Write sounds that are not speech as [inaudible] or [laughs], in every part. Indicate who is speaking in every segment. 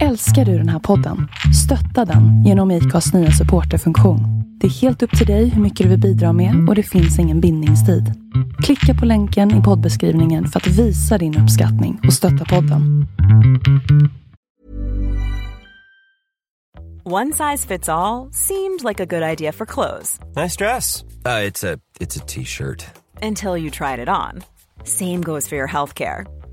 Speaker 1: Älskar du den här podden? Stötta den genom IKAs nya supporterfunktion. Det är helt upp till dig hur mycket du vill bidra med och det finns ingen bindningstid. Klicka på länken i poddbeskrivningen för att visa din uppskattning och stötta podden.
Speaker 2: One size fits all seemed like a good idea for clothes
Speaker 3: Nice dress. Uh, it's a it's a t-shirt.
Speaker 2: until you tried it on. Same goes for your healthcare.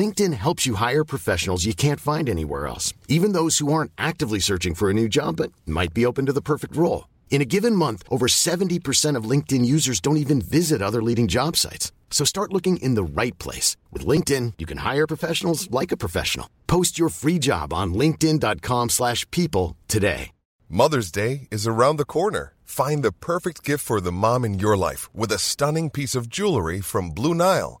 Speaker 4: LinkedIn helps you hire professionals you can't find anywhere else, even those who aren't actively searching for a new job but might be open to the perfect role. In a given month, over 70% of LinkedIn users don't even visit other leading job sites. So start looking in the right place. With LinkedIn, you can hire professionals like a professional. Post your free job on linkedin.com/people slash people today.
Speaker 5: Mother's Day is around the corner. Find the perfect gift for the mom in your life with a stunning piece of jewelry from Blue Nile.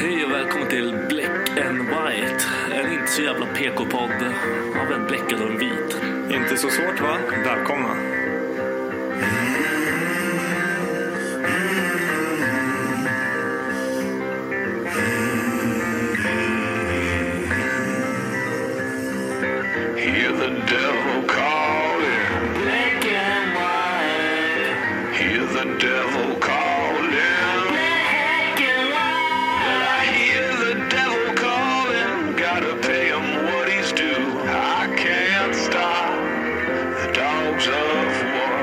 Speaker 6: Hej och välkommen till Black and White. En inte så jävla PK-podd av en bläckad och en vit.
Speaker 7: Inte så svårt va? Välkomna.
Speaker 8: Hear the devil calling. Black and white. Hear the devil calling. Black and white. I hear the devil calling. Gotta pay him what he's due. I can't stop the dogs of war.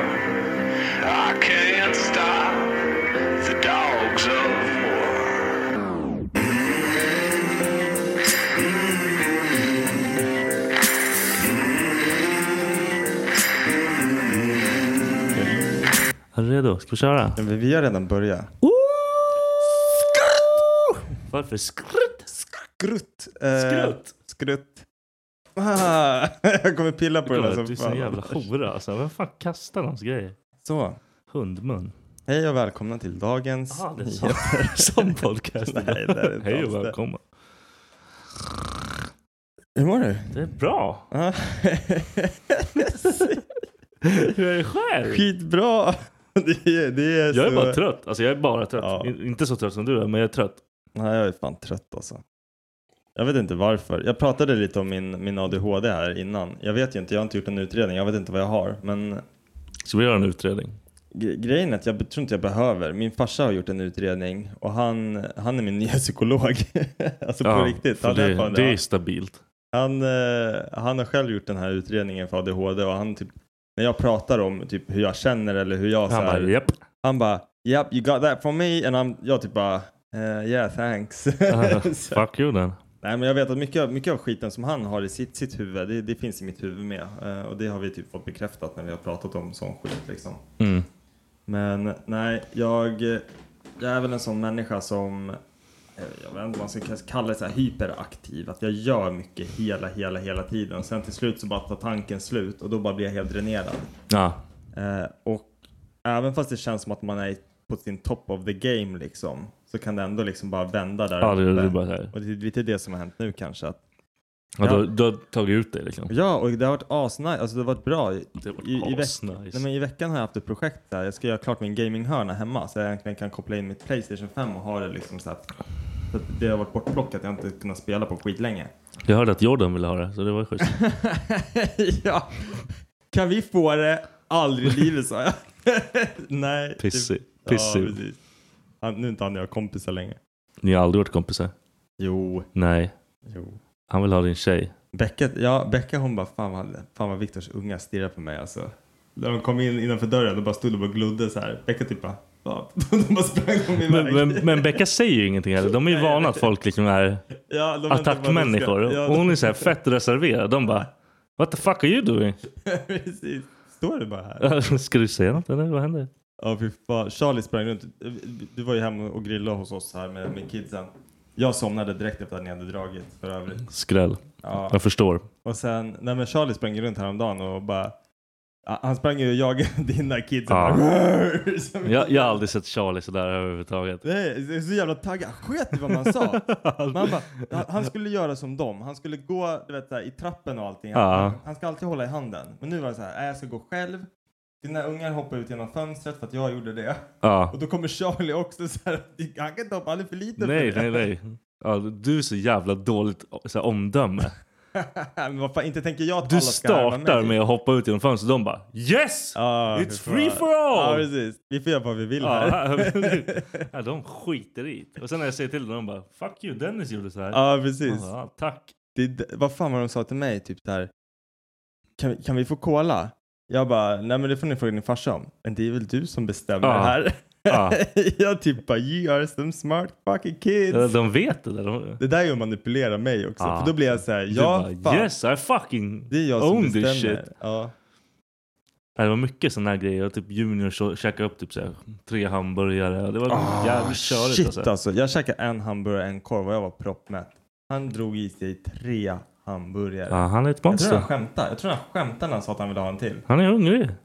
Speaker 8: I can't stop the dogs of war.
Speaker 6: Är du redo? Ska vi köra?
Speaker 7: Vi vi har redan börjat.
Speaker 6: Varför skrutt?
Speaker 7: Skrutt. eh,
Speaker 6: Skrutt?
Speaker 7: Skrutt. [laughs] Ah, jag kommer pilla på det där
Speaker 6: Du är
Speaker 7: som
Speaker 6: sån
Speaker 7: fan.
Speaker 6: jävla hora alltså. Vem fan kastar någons grejer?
Speaker 7: Så.
Speaker 6: Hundmun.
Speaker 7: Hej och välkomna till dagens
Speaker 6: Jaha, det är så.
Speaker 7: nyheter.
Speaker 6: [laughs] Sån podcast.
Speaker 7: Nej, det är inte
Speaker 6: Hej
Speaker 7: alls
Speaker 6: och
Speaker 7: det.
Speaker 6: välkommen.
Speaker 7: Hur mår du?
Speaker 6: Det är bra.
Speaker 7: Ah.
Speaker 6: Hur är det själv?
Speaker 7: Skitbra. [laughs] Det är, det är
Speaker 6: Jag är
Speaker 7: så...
Speaker 6: bara trött. Alltså jag är bara trött.
Speaker 7: Ja.
Speaker 6: In- Inte så trött som du är, men jag är trött.
Speaker 7: Nej, jag är fan trött alltså. Jag vet inte varför. Jag pratade lite om min, min ADHD här innan. Jag vet ju inte, jag har inte gjort en utredning. Jag vet inte vad jag har. Men
Speaker 6: Ska vi göra en utredning?
Speaker 7: [laughs] Gre- Grejen är att jag be- tror inte jag behöver. Min farsa har gjort en utredning och han, han är min nya psykolog. [laughs] alltså på riktigt.
Speaker 6: för
Speaker 7: Han, är
Speaker 6: Det,
Speaker 7: fan,
Speaker 6: det är
Speaker 7: det.
Speaker 6: stabilt.
Speaker 7: Han, eh, han har själv gjort den här utredningen för ADHD och han typ, när jag pratar om typ hur jag känner eller hur jag så
Speaker 6: Han
Speaker 7: här,
Speaker 6: bara, japp.
Speaker 7: han bara yep you got that from me and I'm, jag typ bara eh, yeah
Speaker 6: [laughs]
Speaker 7: thanks. [laughs] så,
Speaker 6: Fuck you then.
Speaker 7: nej men jag vet att mycket, av- mycket av skiten som han har i sitt, sitt huvud, det, det finns i mitt huvud med. Eh, och det har vi typ fått bekräftat när vi har pratat om sån skit liksom.
Speaker 6: Mm.
Speaker 7: Men nej, jag, jag är väl en sån människa som, eh, jag vet inte vad man ska kalla det, så här hyperaktiv. Att jag gör mycket hela, hela, hela tiden. Och sen till slut så bara tar tanken slut och då bara blir jag helt dränerad.
Speaker 6: Ja.
Speaker 7: Eh, och även fast det känns som att man är på sin top of the game liksom, så kan det ändå liksom bara vända där
Speaker 6: Ja, det, det
Speaker 7: uppe.
Speaker 6: är bara så här.
Speaker 7: Och det är lite det som har hänt nu kanske. Att,
Speaker 6: Ja,
Speaker 7: Ja.
Speaker 6: Du, du har tagit ut det liksom.
Speaker 7: ja, och det har varit asnice. Alltså det har varit bra.
Speaker 6: Det var
Speaker 7: I- i veck-
Speaker 6: asnice.
Speaker 7: Nej, men I veckan har jag haft ett projekt där jag ska göra klart min gaminghörna hemma så jag egentligen kan koppla in mitt Playstation 5 och ha det liksom så här. Så att det har varit bortplockat, jag har inte kunnat spela på skitlänge.
Speaker 6: Jag hörde att Jordan ville ha det, så det var
Speaker 7: [laughs]
Speaker 6: schysst.
Speaker 7: ja. Kan vi få det? Aldrig i livet sa jag. [laughs] Nej.
Speaker 6: Pissig.
Speaker 7: Ja,
Speaker 6: Pissig.
Speaker 7: precis. Han, nu är inte han och jag kompisar längre.
Speaker 6: Ni har aldrig varit kompisar?
Speaker 7: Jo.
Speaker 6: Nej.
Speaker 7: jo.
Speaker 6: Han
Speaker 7: [laughs]
Speaker 6: vill ha din tjej.
Speaker 7: Becka, ja, Becka hon bara fan vad, fan vad Viktors unga stirrar på mig alltså. När de kom in innanför dörren, de bara stod och bara glodde så här. Becka typ bara, ja. [laughs] De bara sprang om iväg.
Speaker 9: Men, men, men Becka säger ju ingenting heller. De är ju vana att folk liksom är
Speaker 7: ja, de väntar bara, de ska-
Speaker 9: attackmänniskor.
Speaker 7: Ja,
Speaker 9: Och hon är så här fett reserverad. De bara What the fuck are you
Speaker 6: [laughs]
Speaker 9: doing?
Speaker 7: [laughs] precis. Står det bara här?
Speaker 9: Ska du säga något eller vad händer?
Speaker 7: Ja, fy fan. Charlie sprang runt. Du var ju hemma och grillade hos oss här med, med kidsen. Jag somnade direkt efter att ni hade dragit för övrigt.
Speaker 9: Skräll.
Speaker 7: Ja.
Speaker 9: Jag förstår.
Speaker 7: Och sen, nej men Charlie sprang ju runt häromdagen och bara Ja, han sprang ju och jagade [laughs] dina kids. och
Speaker 9: Ja.
Speaker 7: bara, Som-
Speaker 9: Jag, jag har aldrig sett Charlie sådär överhuvudtaget.
Speaker 7: Nej, det är så jävla taggad. Han Sket i vad man
Speaker 9: [laughs]
Speaker 7: sa. Man bara, han- han skulle göra som dem. Han skulle gå du vet, så här, i trappen och allting. Han,
Speaker 9: Ja.
Speaker 7: han ska alltid hålla i handen. Men nu var det så här, "Nej, jag ska gå själv. Dina ungar hoppar ut genom fönstret för att jag gjorde det.
Speaker 9: Ja.
Speaker 7: Och då kommer Charlie också så här, han kan inte hoppa, han är för liten
Speaker 9: Nej,
Speaker 7: för
Speaker 9: nej,
Speaker 7: det.
Speaker 9: nej. Ja, du är så jävla dåligt så här, omdöme.
Speaker 7: men vad fan, inte tänker jag att
Speaker 9: Du
Speaker 7: alla ska härma
Speaker 9: startar
Speaker 7: mig.
Speaker 9: med att hoppa ut genom fönstret. De bara Yes!
Speaker 7: Ja,
Speaker 9: It's
Speaker 7: för
Speaker 9: free
Speaker 7: fan.
Speaker 9: for all!
Speaker 7: Ja, precis. Vi får göra vad vi vill
Speaker 9: Ja,
Speaker 7: här.
Speaker 9: [laughs] här- ja, de skiter i det. Och sen när jag säger till dem, de bara Fuck you, Dennis gjorde så här.
Speaker 7: Ja, precis.
Speaker 9: Han bara, "Ja,
Speaker 7: [laughs]
Speaker 9: tack.
Speaker 7: Det, är d- vad fan var de sa till mig? Typ så här. Kan, vi- kan vi få cola? Jag bara, nej men det får ni fråga din farsa om. Men det är väl du som bestämmer
Speaker 9: Ja.
Speaker 7: det här. [laughs]
Speaker 9: Ja.
Speaker 7: jag typ bara, you are some smart fucking kids.
Speaker 9: Ja, De vet det där. De,
Speaker 7: Det där är ju att manipulera mig också.
Speaker 9: Ja.
Speaker 7: För då blir jag så här,
Speaker 9: du
Speaker 7: ja
Speaker 9: bara,
Speaker 7: fan.
Speaker 9: yes, I fucking
Speaker 7: Det är jag som
Speaker 9: own this shit.
Speaker 7: bestämmer. Ja.
Speaker 9: Ja, Det var mycket sådana här grejer. Och Typ Junior så- käkade upp typ så här, tre hamburgare. Och Det var jävligt körigt.
Speaker 7: Ah, Shit
Speaker 9: alltså.
Speaker 7: alltså. Jag käkade en hamburgare och en korv och jag var proppmätt. Han drog i sig tre hamburgare.
Speaker 9: Ja, han är ett
Speaker 7: Jag tror han
Speaker 9: monster.
Speaker 7: skämtade. Jag tror han skämtade när han sa att han ville ha en till.
Speaker 9: Han är hungrig. [laughs]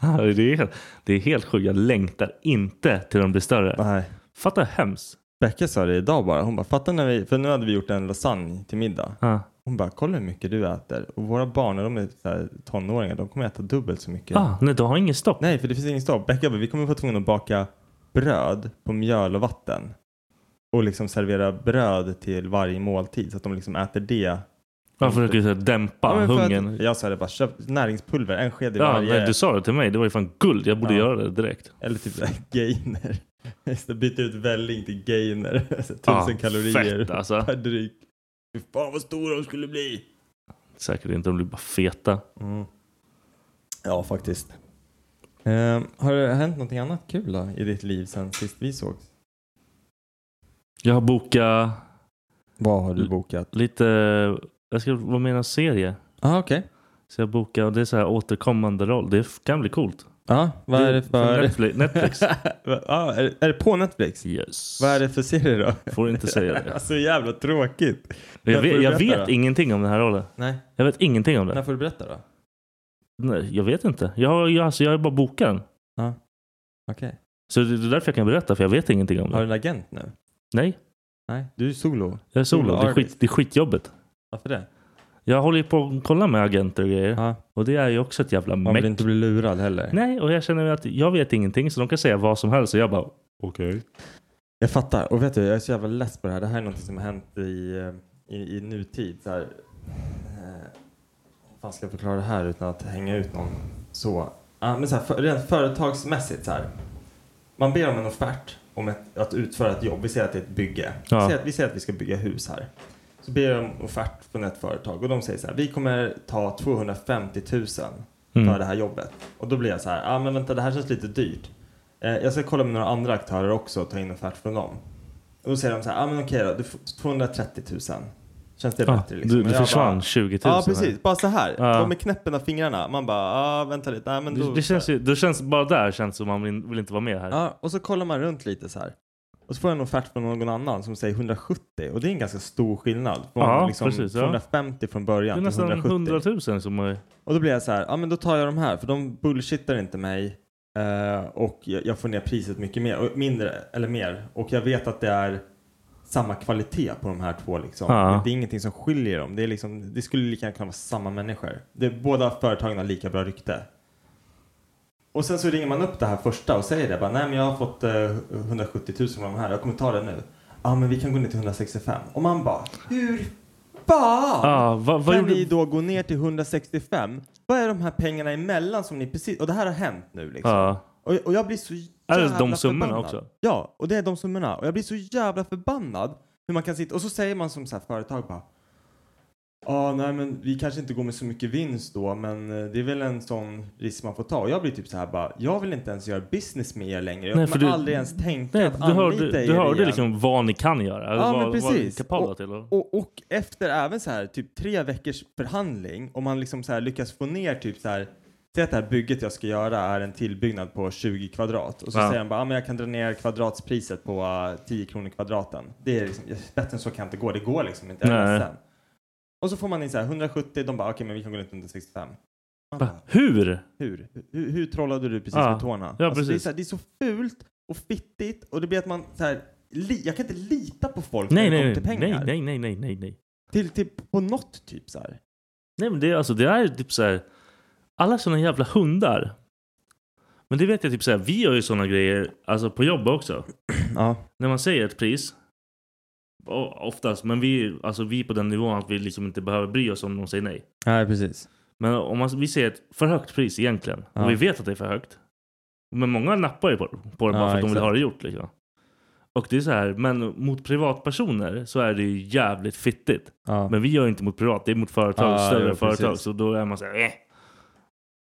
Speaker 9: Ja, det, är helt, det är helt sjukt. Jag längtar inte till de blir större.
Speaker 7: Nej.
Speaker 9: Fatta hur hemskt.
Speaker 7: Becka sa det idag bara. Hon bara, fattar när vi, för nu hade vi gjort en lasagne till middag.
Speaker 9: Ja.
Speaker 7: Hon bara, kolla hur mycket du äter. Och våra barn, när de är så här tonåringar, de kommer äta dubbelt så mycket.
Speaker 9: Ah, nej, du har ingen stopp.
Speaker 7: Nej, för det finns ingen stopp. Becka bara, vi kommer vara tvungna att baka bröd på mjöl och vatten. Och liksom servera bröd till varje måltid så att de liksom äter det.
Speaker 9: Man försöker så här, dämpa
Speaker 7: men för
Speaker 9: hungern.
Speaker 7: Att, jag sa det bara, köp näringspulver, en sked i
Speaker 9: Ja,
Speaker 7: varje.
Speaker 9: nej, du sa det till mig. Det var ju fan guld. Jag borde
Speaker 7: Ja.
Speaker 9: göra det direkt.
Speaker 7: Eller typ så här, gainer. [laughs] Just det, Byta ut välling till gainer. [laughs] Alltså,
Speaker 9: Ja,
Speaker 7: Tusen kalorier [laughs]
Speaker 9: Fett alltså.
Speaker 7: per dryck. Fy fan vad stora de skulle bli.
Speaker 9: Säkert inte. De blir bara feta.
Speaker 7: Mm. Ja, faktiskt. Ehm, har det hänt någonting annat kul då, i ditt liv sen sist vi såg?
Speaker 9: Jag har bokat
Speaker 7: Vad har
Speaker 9: du
Speaker 7: bokat?
Speaker 9: lite... Jag ska vara med i en serie.
Speaker 7: ah, okej.
Speaker 9: Så jag bokar och det är så här återkommande roll. Det kan bli coolt.
Speaker 7: Ja, vad är det för...
Speaker 9: Från Netfli-
Speaker 7: [laughs]
Speaker 9: Netflix.
Speaker 7: ja, är, det- är det på Netflix?
Speaker 9: yes.
Speaker 7: Vad är det för serie då?
Speaker 9: Får inte säga
Speaker 7: [laughs]
Speaker 9: det.
Speaker 7: Så jävla tråkigt.
Speaker 9: Jag
Speaker 7: När får
Speaker 9: vet,
Speaker 7: du
Speaker 9: jag
Speaker 7: berätta
Speaker 9: vet
Speaker 7: då?
Speaker 9: ingenting om den här rollen.
Speaker 7: Nej,
Speaker 9: Jag vet ingenting om
Speaker 7: när
Speaker 9: den.
Speaker 7: får du berätta då?
Speaker 9: Nej, jag vet inte. Jag, har- jag, alltså, jag har bara bokat den.
Speaker 7: Okej.
Speaker 9: Så det det är därför jag kan berätta, för jag vet ingenting om
Speaker 7: Har du
Speaker 9: den.
Speaker 7: en agent nu?
Speaker 9: Nej,
Speaker 7: Nej, du är solo.
Speaker 9: jag är solo.
Speaker 7: Solo
Speaker 9: Det är,
Speaker 7: artist.
Speaker 9: skit, det är skitjobbigt.
Speaker 7: Varför det?
Speaker 9: Jag håller ju på och kollar med agenter och grejer.
Speaker 7: Ja,
Speaker 9: Och det är ju också ett jävla
Speaker 7: man vill
Speaker 9: meck.
Speaker 7: inte bli lurad heller.
Speaker 9: Nej, och jag känner att jag vet ingenting så de kan säga vad som helst och jag bara okej.
Speaker 7: Jag fattar. Och vet du, jag är så jävla less på det här. Det här är något som har hänt i, eh, i, i nutid. Så här, eh, hur fan ska jag förklara det här utan att hänga ut någon? Så, ja, men så här, för, rent företagsmässigt så här. Man ber om en offert om ett, att utföra ett jobb. Vi säger att det är ett bygge. Vi,
Speaker 9: Ja.
Speaker 7: säger att, vi säger att vi ska bygga hus här. Så ber jag om offert från ett företag och de säger så här. Vi kommer ta 250 000 för
Speaker 9: Mm.
Speaker 7: det här jobbet. Och då blir jag så här. Ja ah, men vänta det här känns lite dyrt. Eh, jag ska kolla med några andra aktörer också och ta in offert från dem. Och då säger de så här. Ja ah, men okej då. Du får 230 000. Känns det
Speaker 9: Ah,
Speaker 7: bättre liksom?
Speaker 9: du,
Speaker 7: Och
Speaker 9: du
Speaker 7: jag bara,
Speaker 9: försvann 20 000.
Speaker 7: Ja
Speaker 9: här.
Speaker 7: precis. Bara så här.
Speaker 9: Ja.
Speaker 7: Och med knäppen av fingrarna. Man bara. ah, vänta lite. Nej men då.
Speaker 9: Det, det, känns ju, det känns bara där känns som man vill, vill inte vara med här.
Speaker 7: Ja, och så kollar man runt lite så här. Och så får jag en offert från någon annan som säger 170 och det är en ganska stor skillnad. Från
Speaker 9: Ja,
Speaker 7: liksom
Speaker 9: precis, ja.
Speaker 7: 250 från
Speaker 9: det är
Speaker 7: början till
Speaker 9: nästan
Speaker 7: 170.
Speaker 9: 100 000 som är...
Speaker 7: Och då blir jag så här, ja men då tar jag de här för de bullshittar inte mig. eh, och jag, jag får ner priset mycket mer, och mindre eller mer. Och jag vet att det är samma kvalitet på de här två liksom.
Speaker 9: Ja.
Speaker 7: Det är ingenting som skiljer dem. Det, är liksom, det skulle lika gärna kunna vara samma människor. Det, båda företagen har lika bra rykte. Och sen så ringer man upp det här första och säger det. Bara, Nej men jag har fått eh, 170 000 från de här. Jag kommer ta det nu. Ja men vi kan gå ner till 165. Och man bara, hur fan?
Speaker 9: Ah, vad, vad
Speaker 7: kan
Speaker 9: gjorde...
Speaker 7: ni då gå ner till 165? Vad är de här pengarna emellan som ni precis... Och det här har hänt nu liksom.
Speaker 9: Ja.
Speaker 7: Och, och jag blir så jävla
Speaker 9: Är det de summorna
Speaker 7: förbannad.
Speaker 9: också?
Speaker 7: Ja, och det är de summorna. Och jag blir så jävla förbannad hur man kan sitta... Och så säger man som så här företag bara... Ja, nej men vi kanske inte går med så mycket vinst då, men eh, det är väl en sån risk man får ta. Och jag blir typ så här bara, jag vill inte ens göra business med er längre. Jag kommer
Speaker 9: Nej, för du-
Speaker 7: aldrig ens tänka
Speaker 9: Nej,
Speaker 7: att
Speaker 9: du
Speaker 7: anlita
Speaker 9: hörde,
Speaker 7: er
Speaker 9: du hörde
Speaker 7: igen.
Speaker 9: liksom vad ni kan göra.
Speaker 7: Ja,
Speaker 9: vad,
Speaker 7: men
Speaker 9: Vad ni är
Speaker 7: precis.
Speaker 9: kapabla till. Och,
Speaker 7: Och, och efter även så här typ tre veckors förhandling, om man liksom så här lyckas få ner typ så här, säg att det här bygget jag ska göra är en tillbyggnad på 20 kvadrat och så
Speaker 9: Ja.
Speaker 7: säger han bara, ah, men jag kan dra ner kvadratspriset på eh, 10 kronor kvadraten. Det är liksom, bättre än så kan det inte gå, det går liksom inte. Jag är
Speaker 9: Nej.
Speaker 7: ledsen. Och så får man in så här 170, de bara, okej men vi kan gå lite under 65. Man
Speaker 9: Va?
Speaker 7: bara,
Speaker 9: Hur?
Speaker 7: hur? hur? Hur trollade du precis
Speaker 9: Ja.
Speaker 7: med tårna? Alltså,
Speaker 9: Ja,
Speaker 7: det, är
Speaker 9: precis.
Speaker 7: så här, det är så fult och fittigt och det blir att man så här, li, jag kan inte lita på folk
Speaker 9: Nej,
Speaker 7: när det kommer
Speaker 9: nej,
Speaker 7: till
Speaker 9: nej,
Speaker 7: pengar.
Speaker 9: nej, nej, nej, nej, nej, nej.
Speaker 7: Till, till på något typ så här.
Speaker 9: Nej men det, är- alltså, det är typ så här. Alla såna jävla hundar. Men det vet jag typ så här. Vi gör ju såna grejer alltså på jobb också.
Speaker 7: Ja.
Speaker 9: När man säger ett pris. o- Oftast. Men vi, alltså, vi är på den nivån att vi liksom inte behöver bry oss om de säger nej.
Speaker 7: Nej, precis.
Speaker 9: Men om man, vi säger ett för högt pris egentligen.
Speaker 7: Ja.
Speaker 9: Och vi vet att det är för högt. Men många nappar ju på, på det bara
Speaker 7: Ja,
Speaker 9: för att de vill
Speaker 7: exakt.
Speaker 9: ha det gjort. Liksom. Och det är så här. Men mot privatpersoner så är det ju jävligt fittigt.
Speaker 7: Ja.
Speaker 9: Men vi gör inte mot privat, det är mot företag,
Speaker 7: Ah,
Speaker 9: större
Speaker 7: jo, precis.
Speaker 9: företag. Så då är man såhär, eh.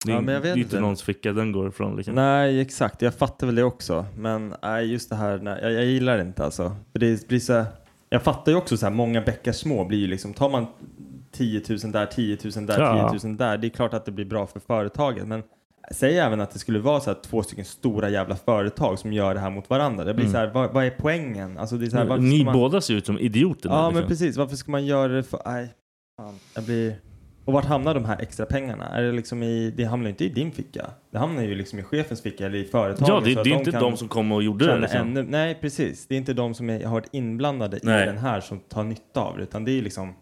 Speaker 9: Det är
Speaker 7: Ja, men jag
Speaker 9: det
Speaker 7: vet
Speaker 9: är inte
Speaker 7: inte.
Speaker 9: någons ficka den går ifrån liksom.
Speaker 7: Nej, exakt. Jag fattar väl det också. Men nej, just det här, nej, jag, jag gillar det inte alltså. För det blir så här, jag fattar ju också så här, många bäckar små blir ju liksom, tar man 10 000 där, 10 000 där,
Speaker 9: Ja.
Speaker 7: 10 000 där. Det är klart att det blir bra för företaget. Men säg även att det skulle vara så här, två stycken stora jävla företag som gör det här mot varandra. Det blir
Speaker 9: Mm.
Speaker 7: så här, vad, vad är poängen? Alltså, det är så här, varför
Speaker 9: Ni
Speaker 7: ska man...
Speaker 9: båda ser ut som idioter. nu,
Speaker 7: Ja,
Speaker 9: liksom.
Speaker 7: men precis. Varför ska man göra det för... Nej, fan. Jag blir... Och vart hamnar de här extra pengarna? Är det liksom i... Det hamnar ju inte i din ficka. Det hamnar ju liksom i chefens ficka eller i företaget.
Speaker 9: Ja, det,
Speaker 7: så att
Speaker 9: det är inte
Speaker 7: kan
Speaker 9: de som kom och gjorde det.
Speaker 7: känna
Speaker 9: Liksom.
Speaker 7: ännu... Nej, precis. Det är inte de som är, har varit inblandade
Speaker 9: Nej.
Speaker 7: i den här som tar nytta av det, utan det är liksom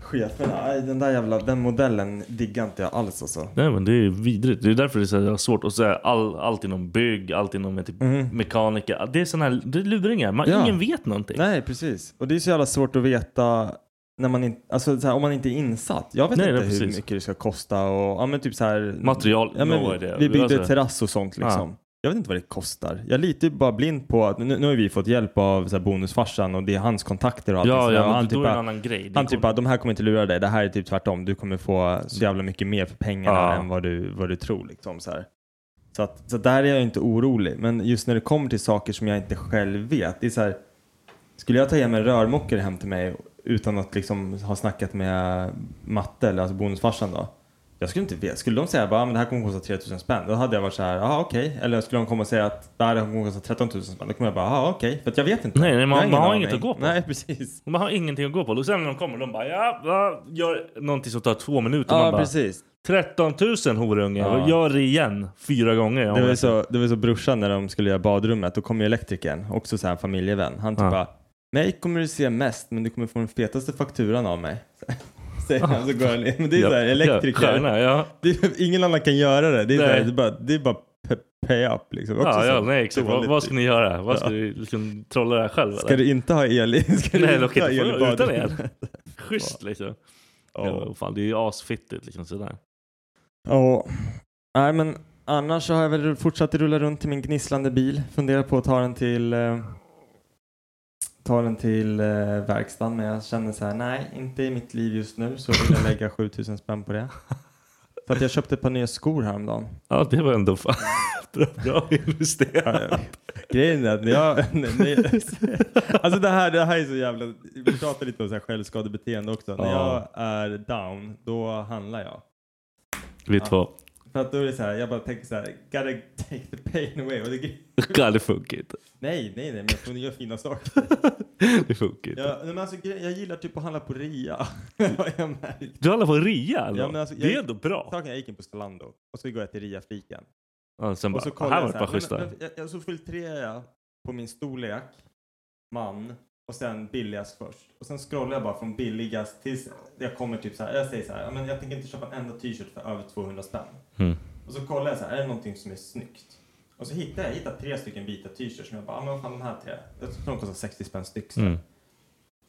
Speaker 7: cheferna. Nej, den där jävla... Den modellen diggar inte jag alls alltså.
Speaker 9: Nej men det är vidrigt. Det är därför det är så här svårt. Och så här, all, allt inom bygg, allt inom typ mekaniker. Det är såna här det är luringar. Man,
Speaker 7: Mm. Ja.
Speaker 9: Ingen vet någonting.
Speaker 7: Nej, precis. Och det är så jävla svårt att veta när man inte, alltså så här, om man inte är insatt. Jag vet
Speaker 9: Nej,
Speaker 7: inte
Speaker 9: nej,
Speaker 7: hur
Speaker 9: precis.
Speaker 7: mycket det ska kosta och ja men typ så här.
Speaker 9: Material,
Speaker 7: Ja, men
Speaker 9: no
Speaker 7: vi,
Speaker 9: idea.
Speaker 7: vi byggde
Speaker 9: Alltså-
Speaker 7: terrass och sånt liksom. Jag vet inte vad det kostar. Jag litar ju bara blind på att nu, nu har vi fått hjälp av så här, bonusfarsan och det är hans kontakter och allt
Speaker 9: Ja,
Speaker 7: sådär.
Speaker 9: ja,
Speaker 7: Och
Speaker 9: men
Speaker 7: han
Speaker 9: då
Speaker 7: typ
Speaker 9: är det en
Speaker 7: bara-
Speaker 9: annan grej.
Speaker 7: han
Speaker 9: Det
Speaker 7: typ
Speaker 9: kommer- Alltså.
Speaker 7: bara, de här kommer inte lura dig. Det här är typ tvärtom. Du kommer få så jävla mycket mer för pengarna
Speaker 9: Ja.
Speaker 7: än vad du, vad du tror. Liksom, så här. Så, att, så där är jag inte orolig. Men just när det kommer till saker som jag inte själv vet. Det är så här, skulle jag ta hem en rörmokare hem till mig utan att liksom ha snackat med matte eller alltså bonusfarsan då? Jag skulle inte veta. Skulle de säga bara, "Ah, men det här kommer kosta 3000 spänn? Då hade jag varit så här, ja okej. Eller skulle de komma och säga att det här kommer kosta 13 000 spänn? Då kommer jag bara, ja okej. För att jag vet inte.
Speaker 9: Nej, nej, man-
Speaker 7: Jag ingen
Speaker 9: man har inget
Speaker 7: aning.
Speaker 9: att gå på.
Speaker 7: Nej, precis.
Speaker 9: Man har ingenting att gå på. Och sen när de kommer de bara ja, va, gör någonting som tar två minuter.
Speaker 7: Ja,
Speaker 9: man bara,
Speaker 7: precis.
Speaker 9: 13 000 horunge.
Speaker 7: Ja.
Speaker 9: Gör det igen fyra gånger.
Speaker 7: Det var, ju så, det var så brorsan när de skulle göra badrummet, då kom ju elektrikern, också så här familjevän. Han typ
Speaker 9: Ja.
Speaker 7: bara, mig kommer du se mest men du kommer få den fetaste fakturan av mig. [laughs] Så- Säger han så går han in. Men det är så här elektriker.
Speaker 9: Ja, ja.
Speaker 7: det är, ingen annan kan göra det. Det är, så här,
Speaker 9: Nej.
Speaker 7: det är bara, det är bara p- pay up liksom. Också
Speaker 9: Ja,
Speaker 7: så
Speaker 9: ja, nej exakt. Vad,
Speaker 7: dåligt.
Speaker 9: vad ska ni göra? Vad ska du liksom trolla det här själv eller?
Speaker 7: Ska du inte ha el i? [laughs] Ska
Speaker 9: Nej,
Speaker 7: du
Speaker 9: dock
Speaker 7: inte ha
Speaker 9: inte.
Speaker 7: el i
Speaker 9: Får- Utan el.
Speaker 7: badrummet?
Speaker 9: Schysst liksom.
Speaker 7: [laughs] Ja.
Speaker 9: Ja, fan, det är ju asfittigt liksom sådär.
Speaker 7: Ja. Nej men annars så har jag väl fortsatt rulla runt i min gnisslande bil. Funderar på att ta den till eh, ta den till eh, verkstaden men jag känner så här nej inte i mitt liv just nu så vill jag lägga 7000 spänn på [laughs] det. Så att jag köpte ett par nya skor häromdagen.
Speaker 9: Ja, det var ändå fan [laughs] bra, bra
Speaker 7: Ja, ja.
Speaker 9: [laughs] investerat.
Speaker 7: Grejen är att när [laughs] jag... när- när- alltså det här, det här är så jävla... Vi pratar lite om så här självskadebeteende också. När jag
Speaker 9: Ja.
Speaker 7: är down, då handlar jag.
Speaker 9: Vi två.
Speaker 7: För att då är det så här, jag bara tänker så här, gotta take the pain away. Och det, är-
Speaker 9: Ja, det funkar inte.
Speaker 7: Nej, nej, nej, men jag får göra fina saker.
Speaker 9: Det funkar inte.
Speaker 7: Jag, nej, men alltså, gre- jag gillar typ att handla på rea. [laughs] Har jag märkt.
Speaker 9: Du handlar på rea eller?
Speaker 7: Ja, men alltså,
Speaker 9: det är
Speaker 7: jag-
Speaker 9: ändå bra.
Speaker 7: Saken, jag gick in på Zalando och så går jag till rea-fiken.
Speaker 9: Ja, sen
Speaker 7: Och
Speaker 9: bara,
Speaker 7: så
Speaker 9: här
Speaker 7: kollar
Speaker 9: var
Speaker 7: jag
Speaker 9: det
Speaker 7: så
Speaker 9: bara
Speaker 7: här,
Speaker 9: schyssta.
Speaker 7: men, men, jag, jag, så filtrerar jag på min storlek, man och sen billigast först. Och sen scrollar jag bara från billigast tills jag kommer typ så här. Jag säger så här, "Ja, men jag tänker inte köpa en enda t-shirt för över 200 spänn.
Speaker 9: Mm.
Speaker 7: Och så kollar jag så här, är det någonting som är snyggt? Och så hittar jag, jag hittar tre stycken vita t-shirts som jag bara, ah, men vad fan de här tre? Jag tror de kostar 60 spänn styck. så här.
Speaker 9: Mm.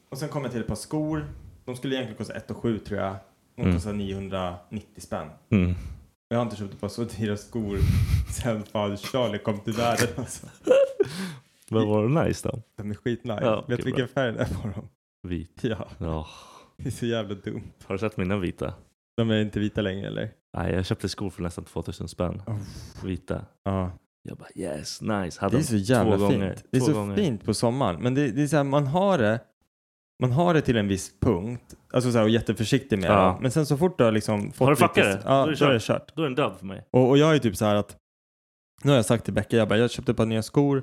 Speaker 7: Och sen kom jag till ett par skor. De skulle egentligen kosta 1 7 tror jag. De
Speaker 9: Mm.
Speaker 7: kostar 990 spänn.
Speaker 9: Mm.
Speaker 7: Jag har inte köpt ett par så dyra skor sen fan Charlie kom till världen. Alltså.
Speaker 9: [laughs] Men var det nice då?
Speaker 7: De är skitnice.
Speaker 9: Ja,
Speaker 7: Vet
Speaker 9: okej,
Speaker 7: du vilken färg det är på dem?
Speaker 9: Vit.
Speaker 7: Ja.
Speaker 9: Ja.
Speaker 7: Det är så jävla dumt.
Speaker 9: Har du sett mina vita?
Speaker 7: De är inte vita längre eller?
Speaker 9: Nej, jag köpte skor för nästan 2000 spänn. Vita.
Speaker 7: Ja.
Speaker 9: Jag bara yes, nice. Hade
Speaker 7: Oh. Det är så jävla
Speaker 9: två
Speaker 7: fint.
Speaker 9: Gånger.
Speaker 7: det är
Speaker 9: två
Speaker 7: så
Speaker 9: gånger.
Speaker 7: fint på sommaren. Men det, det är så här, man har det man har det till en viss punkt, alltså så här, och jätteförsiktig med
Speaker 9: Ja.
Speaker 7: det. Men sen så fort du har liksom fått
Speaker 9: Har du
Speaker 7: lite-
Speaker 9: fuckat det?
Speaker 7: Ja,
Speaker 9: Då är det
Speaker 7: då är det
Speaker 9: kört.
Speaker 7: kört.
Speaker 9: Då är den död för mig.
Speaker 7: Och, och jag är typ så här att nu har jag sagt till Becka, jag bara, jag köpte ett par nya skor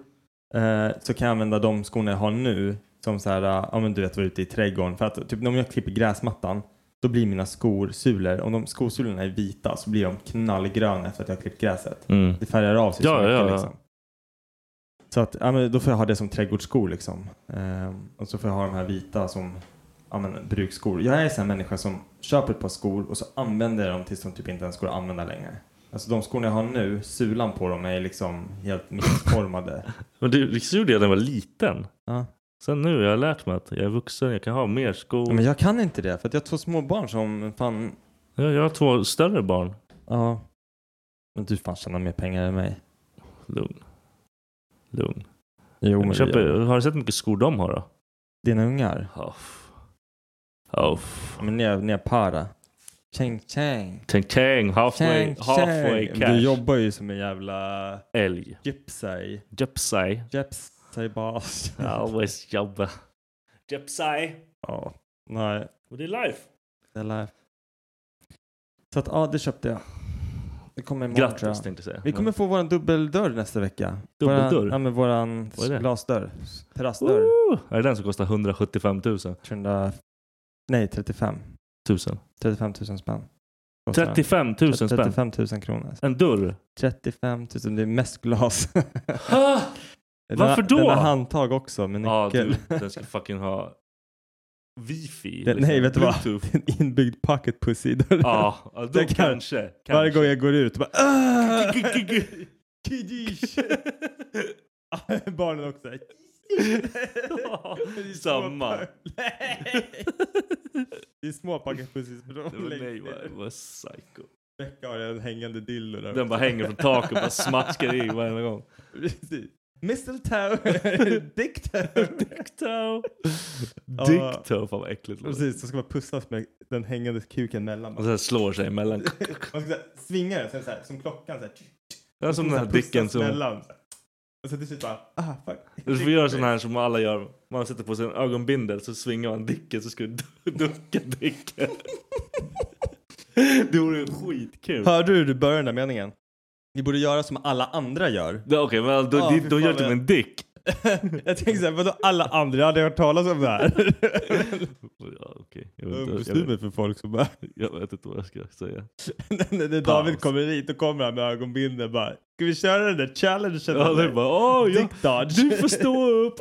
Speaker 7: eh, så kan jag använda de skorna jag har nu som så här, eh, ja men du vet vara ute i trädgården. För att typ om jag klipper gräsmattan då blir mina skor sulor. Om de skosulorna är vita så blir de knallgröna efter att jag har klippt gräset.
Speaker 9: Mm.
Speaker 7: Det färgar av sig
Speaker 9: Ja,
Speaker 7: så mycket
Speaker 9: ja, ja.
Speaker 7: liksom. Så att, ja men då får jag ha det som trädgårdsskor liksom. Ehm, och så får jag ha de här vita som, ja men bruksskor. Jag är en sån här människa som köper ett par skor och så använder jag dem tills de typ inte ens går att använda längre. Alltså de skorna jag har nu, sulan på dem är liksom helt
Speaker 9: [laughs]
Speaker 7: missformade.
Speaker 9: Men det, det gjorde jag när jag var liten.
Speaker 7: ja.
Speaker 9: Sen nu har jag lärt mig att jag är vuxen, jag kan ha mer skor.
Speaker 7: Ja, Men jag kan inte det för att jag har två små barn som fan,
Speaker 9: jag, jag har två större barn.
Speaker 7: ja. Men du fan tjänar mer pengar än mig.
Speaker 9: Lugn. Lugn.
Speaker 7: Jo
Speaker 9: Jag
Speaker 7: men
Speaker 9: köper,
Speaker 7: jag-
Speaker 9: har du sett hur mycket skor de har då?
Speaker 7: dina ungar.
Speaker 9: Uff. Uff.
Speaker 7: Men ni är, ni är para. Chang chang.
Speaker 9: Tang tang, halfway,
Speaker 7: Tjang,
Speaker 9: halfway
Speaker 7: tjang.
Speaker 9: cash.
Speaker 7: Du jobbar ju som en jävla
Speaker 9: Älg.
Speaker 7: gypsy. [laughs]
Speaker 9: Jepsaj.
Speaker 7: Gypsy boss.
Speaker 9: I always jobba. Jepsaj.
Speaker 7: ja. Nej,
Speaker 9: Och det är life.
Speaker 7: det är life. Så att ja, det köpte jag. Det kommer imorgon tror
Speaker 9: Grattis
Speaker 7: jag.
Speaker 9: tänkte jag säga.
Speaker 7: Vi kommer få våran dubbeldörr nästa vecka.
Speaker 9: Dubbeldörr?
Speaker 7: Våran, ja, men våran
Speaker 9: Vad är det?
Speaker 7: glasdörr. Terrassdörr.
Speaker 9: Woo! Är det den som kostar 175 000?
Speaker 7: 300, nej, 35.
Speaker 9: 000.
Speaker 7: 35 000 spänn. Kostar den.
Speaker 9: 35 000 spänn.
Speaker 7: 35 000 kronor.
Speaker 9: En dörr.
Speaker 7: 35 000, det är mest glas. [laughs]
Speaker 9: Ha!
Speaker 7: Den
Speaker 9: Varför
Speaker 7: har-
Speaker 9: då?
Speaker 7: Den har handtag också med
Speaker 9: Ah! Ja,
Speaker 7: nyckel. [laughs]
Speaker 9: du, den ska fucking ha wifi. liksom.
Speaker 7: Den- nej, vet du vad? [laughs]
Speaker 9: Bluetooth.
Speaker 7: en inbyggd pocket pussy [laughs] i dörren.
Speaker 9: Ja, ja, då
Speaker 7: Det kan-
Speaker 9: kanske. kanske.
Speaker 7: Varje gång jag går ut bara
Speaker 9: [laughs]
Speaker 7: "Ah!" [laughs] Kidish. Barnen
Speaker 9: [laughs]
Speaker 7: också. [laughs]
Speaker 9: Ja,
Speaker 7: Det är små
Speaker 9: Samma.
Speaker 7: pa- Nej. [laughs] Det är små packet pussies. men de
Speaker 9: [laughs] Det var-
Speaker 7: läggs
Speaker 9: Nej,
Speaker 7: ner.
Speaker 9: vad, vad psycho.
Speaker 7: Becka har en hängande dildo där.
Speaker 9: Den bara hänger från taket och bara smaskar i varenda gång.
Speaker 7: [laughs] Precis. Mistletoe. [laughs]
Speaker 9: [laughs]
Speaker 7: Dicktatoe.
Speaker 9: Dicto.
Speaker 7: Ja.
Speaker 9: Dicto. Fan vad äckligt det låter.
Speaker 7: Precis, så ska man pussas med den hängande kuken mellan.
Speaker 9: Och
Speaker 7: Man
Speaker 9: sen slår sig emellan. Alltså-
Speaker 7: ska så här, svinga den så är det så här, som klockan. Så här,
Speaker 9: Det är som den här
Speaker 7: Pussas
Speaker 9: dicken som...
Speaker 7: Mellan. Och så till slut bara... Ah, fuck.
Speaker 9: Du får göra sån här som alla gör. Man sätter på sig en ögonbindel så svingar man dicken så ska du du- ducka dicken. Det vore skitkul.
Speaker 7: Hörde du hur du började den där meningen? Vi borde göra som alla andra gör. [laughs]
Speaker 9: Ja, Okej, men alltså, då,
Speaker 7: Ja,
Speaker 9: då,
Speaker 7: fy
Speaker 9: då
Speaker 7: fan,
Speaker 9: gör du typ
Speaker 7: vad-
Speaker 9: en dick.
Speaker 7: jag tänkte såhär, vadå alla andra? Jag hade hört talas om det här.
Speaker 9: [laughs] Ja, Okej, jag vet inte- jag vet-
Speaker 7: Bestämmer för folk som bara... [laughs]
Speaker 9: jag vet inte vad jag ska säga.
Speaker 7: när när
Speaker 9: Paus.
Speaker 7: David kommer hit, då kommer han med ögonbindeln bara. Ska vi köra den där challengen?
Speaker 9: Ja, det är bara åh, ja,
Speaker 7: Dick dodge.
Speaker 9: du får stå upp.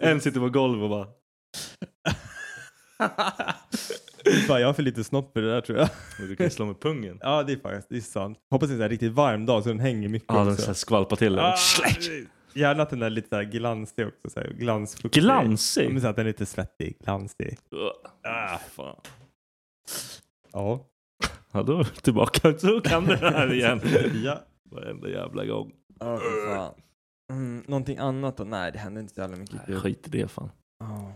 Speaker 9: En sitter på golvet och bara
Speaker 7: Fan, jag har för lite snopp i det där tror jag. [laughs]
Speaker 9: men du kan ju slå med pungen.
Speaker 7: Ja, det är faktiskt det är sant. Hoppas det är en riktigt varm dag så den hänger mycket
Speaker 9: Ja, den
Speaker 7: också.
Speaker 9: så här skvalpar till den.
Speaker 7: Ah, Gärna att den är lite såhär glansig också. Såhär, glansfuktig. Ja, men
Speaker 9: Glansig!
Speaker 7: så att den är lite svettig, glansig.
Speaker 9: Ah, fan.
Speaker 7: [laughs] Ja.
Speaker 9: Ja, då är vi tillbaka. [laughs] Så kan det här igen.
Speaker 7: [laughs] ja.
Speaker 9: Varenda jävla gång.
Speaker 7: Ja, för fan. Mm, någonting annat då? Nej, det händer inte så jävla mycket
Speaker 9: Nej, Skit i det fan.
Speaker 7: Ja.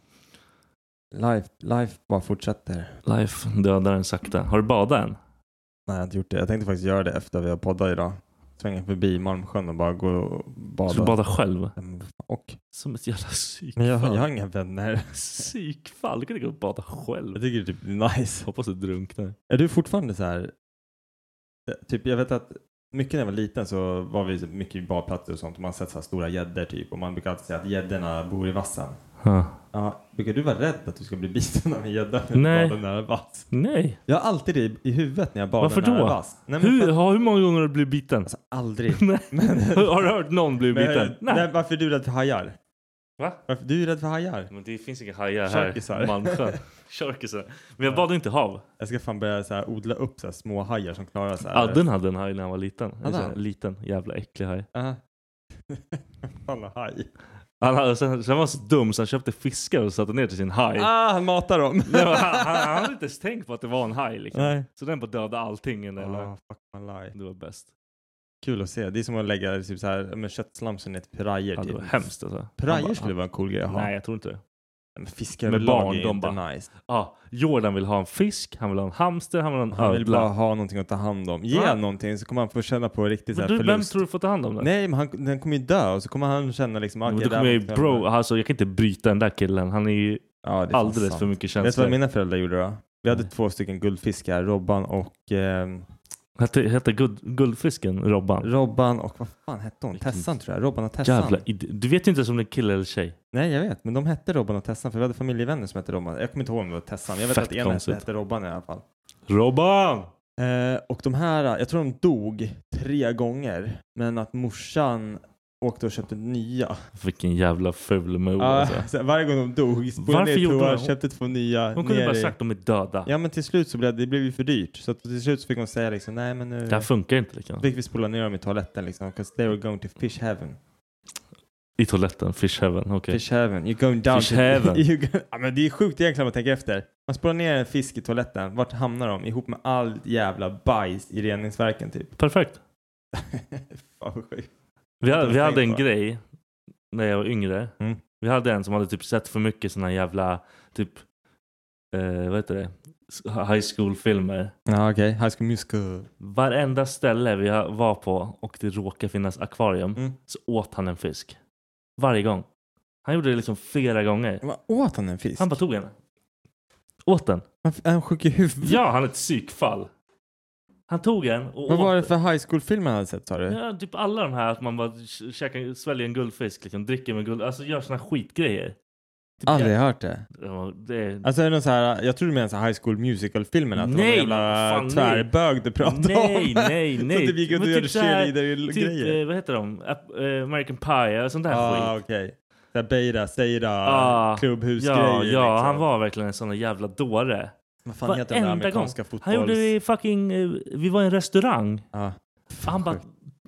Speaker 7: Life, life bara fortsätter.
Speaker 9: Life dödar en sakta. Har du badat än?
Speaker 7: Nej, jag har inte gjort det. Jag tänkte faktiskt göra det efter vi har poddat idag. Svänga förbi Malmsjön och bara gå och
Speaker 9: Ska du
Speaker 7: bada.
Speaker 9: bada själv?
Speaker 7: Mm, Och,
Speaker 9: Som ett jävla psykfall.
Speaker 7: men jag, jag har inga vänner.
Speaker 9: Psykfall? Du kan inte gå och bada själv.
Speaker 7: Jag tycker det är typ nice.
Speaker 9: Hoppas du drunknar.
Speaker 7: Är du fortfarande så här? eh, Typ, jag vet att mycket när jag var liten så var vi mycket i badplatser och sånt och man har sett så här stora gäddor typ och man brukar alltid säga att gäddorna bor i vassen. Ja, brukar du vara rädd att du ska bli biten av en gädda när du
Speaker 9: Nej.
Speaker 7: badar nära vass?
Speaker 9: Nej.
Speaker 7: Jag har alltid det i- i huvudet när jag badar
Speaker 9: Varför då?
Speaker 7: nära vass. Nej, men
Speaker 9: Hur,
Speaker 7: för-
Speaker 9: har, hur många gånger har du blivit biten?
Speaker 7: Alltså aldrig.
Speaker 9: [laughs] Nej. Har du hört någon bli
Speaker 7: Men,
Speaker 9: biten?
Speaker 7: nej. varför är du rädd för hajar?
Speaker 9: Va?
Speaker 7: Varför, du är rädd för hajar?
Speaker 9: Men det finns inga hajar här
Speaker 7: Sharkisar. [laughs]
Speaker 9: i Malmsjön. Sharkisar. Men jag badade inte i hav.
Speaker 7: Jag ska fan börja så här, odla upp så här, små hajar som klarar så här.
Speaker 9: Adden hade en haj när han var liten. En
Speaker 7: Hade
Speaker 9: sån här
Speaker 7: han?
Speaker 9: liten jävla äcklig haj.
Speaker 7: Aha. [laughs] fan vad haj.
Speaker 9: Han hade, sen, sen var han så dum så han köpte fiskar och satte ner till sin haj.
Speaker 7: Ah, han matar [laughs] dem.
Speaker 9: Nej, men han, han, han hade inte ens tänkt på att det var en haj liksom.
Speaker 7: Nej.
Speaker 9: Så den bara dödade allting. Eller?
Speaker 7: Ah, fuck my life.
Speaker 9: Det var bäst.
Speaker 7: Kul att se. Det är som att lägga typ så här, med köttslamsen i ett pirajer.
Speaker 9: Ja, det
Speaker 7: typ.
Speaker 9: var hemskt alltså. Han
Speaker 7: Pirajer
Speaker 9: bara-
Speaker 7: skulle vara en cool grej att ha.
Speaker 9: Nej, jag tror inte det.
Speaker 7: Men fiskar med barn, är de inte bara, nice.
Speaker 9: Ja, Jordan vill ha en fisk, han vill ha en hamster, han vill ha en
Speaker 7: Han vill
Speaker 9: ödla.
Speaker 7: bara ha någonting att ta hand om. Ge
Speaker 9: Ja.
Speaker 7: någonting så kommer han få känna på riktigt så
Speaker 9: Men
Speaker 7: här
Speaker 9: du, vem
Speaker 7: förlust.
Speaker 9: tror du får ta hand om den?
Speaker 7: Nej, men han, den kommer ju dö och så kommer han känna liksom...
Speaker 9: Men
Speaker 7: okej,
Speaker 9: då
Speaker 7: där
Speaker 9: kommer jag ju
Speaker 7: måste
Speaker 9: bro, alltså jag kan inte bryta den där killen. Han är ju
Speaker 7: Ja, det är fan
Speaker 9: alldeles
Speaker 7: sant.
Speaker 9: för mycket
Speaker 7: Vet du vad
Speaker 9: känslor.
Speaker 7: mina föräldrar gjorde då? Vi hade
Speaker 9: Nej.
Speaker 7: två stycken guldfiskar, Robban och... ehm,
Speaker 9: Hette, hette guld, guldfisken Robban?
Speaker 7: Robban och vad fan hette hon?
Speaker 9: Vilken-
Speaker 7: Tessan tror jag. Robban och Tessan.
Speaker 9: Jävla id- Du vet ju inte ens om det är kille eller tjej.
Speaker 7: Nej, jag vet. Men de hette Robban och Tessan för vi hade familjevänner som hette Robban. Jag kommer inte ihåg om det var Tessan. Jag vet
Speaker 9: Fett
Speaker 7: att en hette,
Speaker 9: konstigt.
Speaker 7: hette Robban i alla fall.
Speaker 9: Robban!
Speaker 7: Eh, och de här, jag tror de dog tre gånger. Men att morsan åkte och köpte nya.
Speaker 9: Vilken jävla ful mor
Speaker 7: Ja,
Speaker 9: alltså.
Speaker 7: så varje gång de dog spolade
Speaker 9: Varför
Speaker 7: ner i
Speaker 9: gjorde
Speaker 7: toa,
Speaker 9: hon-
Speaker 7: köpte två nya.
Speaker 9: Hon kunde
Speaker 7: ner
Speaker 9: bara
Speaker 7: i-
Speaker 9: sagt de är döda.
Speaker 7: Ja men till slut så blev det, det blev ju för dyrt. Så att till slut så fick hon säga liksom nej men nu
Speaker 9: Det här funkar inte liksom.
Speaker 7: fick vi spola ner dem i toaletten liksom. 'Cause they were going to fish heaven.
Speaker 9: I toaletten, fish heaven. Okej.
Speaker 7: Fish heaven. You're going down
Speaker 9: Fish
Speaker 7: to... [laughs]
Speaker 9: heaven.
Speaker 7: You're go- ja, men det är sjukt egentligen om man tänker efter. Man spolar ner en fisk i toaletten. Vart hamnar de? Ihop med all jävla bajs i reningsverken typ. [laughs]
Speaker 9: Perfekt.
Speaker 7: Fan vad sjukt.
Speaker 9: Vi,
Speaker 7: Inte
Speaker 9: ha-
Speaker 7: ens
Speaker 9: vi
Speaker 7: tänkt
Speaker 9: hade en
Speaker 7: på det.
Speaker 9: grej när jag var yngre.
Speaker 7: Mm.
Speaker 9: Vi hade en som hade typ sett för mycket såna jävla typ eh, vad heter det? S- High school filmer.
Speaker 7: Ja okej. High School Musical.
Speaker 9: Varenda ställe vi ha- var på och det råkade finnas akvarium
Speaker 7: Mm.
Speaker 9: så åt han en fisk. Varje gång. Han gjorde det liksom flera gånger.
Speaker 7: Men åt han en fisk?
Speaker 9: Han bara tog en. Åt den.
Speaker 7: Han, är han sjuk i huvudet?
Speaker 9: Ja, han är ett psykfall. Han tog en och
Speaker 7: Vad
Speaker 9: åt
Speaker 7: var det
Speaker 9: den.
Speaker 7: för high school-film han hade sett sa du?
Speaker 9: Ja, typ alla de här att man bara kä- käkar, sväljer en guldfisk, liksom, dricker med guld, alltså gör såna skitgrejer. Typ
Speaker 7: Aldrig
Speaker 9: jag-
Speaker 7: hört det.
Speaker 9: Ja, det...
Speaker 7: Alltså är det någon så här, jag tror du menar så här High School Musical-filmen, att
Speaker 9: Nej,
Speaker 7: det var någon jävla
Speaker 9: fan,
Speaker 7: tvärbög du pratade
Speaker 9: Nej,
Speaker 7: om.
Speaker 9: nej,
Speaker 7: [laughs]
Speaker 9: nej.
Speaker 7: Så att du gick ut och
Speaker 9: Men
Speaker 7: gjorde
Speaker 9: typ så här, Typ,
Speaker 7: cheerleader-grejer.
Speaker 9: eh, vad heter de? App- eh, American Pie, sånt där
Speaker 7: ah,
Speaker 9: skit.
Speaker 7: okej. Okay. Beira, Seira,
Speaker 9: Ah,
Speaker 7: klubbhusgrejer.
Speaker 9: Ja,
Speaker 7: liksom.
Speaker 9: ja han var verkligen en sån jävla dåre.
Speaker 7: Vad fan heter den där
Speaker 9: Varenda gång.
Speaker 7: amerikanska fotbolls...
Speaker 9: Han gjorde det i fucking, eh, vi var i en restaurang.
Speaker 7: Ah.
Speaker 9: Han bara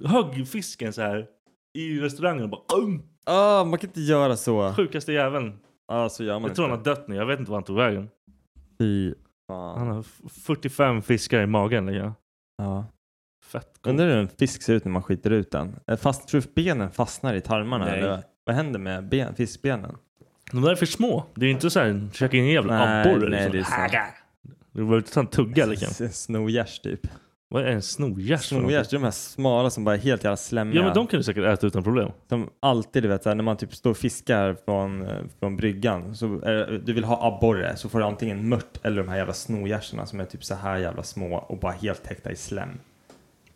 Speaker 9: högg fisken så här i restaurangen och bara um,
Speaker 7: Ah, man kan inte göra så.
Speaker 9: Sjukaste jäveln.
Speaker 7: Ah, så gör man
Speaker 9: Jag tror han har
Speaker 7: inte.
Speaker 9: dött nu, jag vet inte var han tog vägen.
Speaker 7: Fy
Speaker 9: Han
Speaker 7: fan.
Speaker 9: har f- 45 fiskar i magen. Liksom.
Speaker 7: Ja.
Speaker 9: Fett gott.
Speaker 7: Undrar hur en fisk ser ut när man skiter ut den? Eh, Fast, tror du benen fastnar i tarmarna?
Speaker 9: Nej.
Speaker 7: Eller? Vad händer med ben, fiskbenen?
Speaker 9: De där är för små. Det är ju inte såhär, käka in en jävla
Speaker 7: Nej,
Speaker 9: abborre.
Speaker 7: nej, det är
Speaker 9: liksom.
Speaker 7: sant.
Speaker 9: Det var inte sån tugga liksom.
Speaker 7: S- Snogärs typ.
Speaker 9: Vad är en snorgärs? för
Speaker 7: Snogärs,
Speaker 9: någonting?
Speaker 7: det är de här smala som bara är helt jävla slemmiga.
Speaker 9: Ja men de kan du säkert äta utan problem.
Speaker 7: Som alltid, du vet, så här, när man typ står och fiskar från, eh, från bryggan. Så, eh, du vill ha abborre, så får du antingen mört eller de här jävla snogärsorna som är typ så här jävla små och bara helt täckta i slem.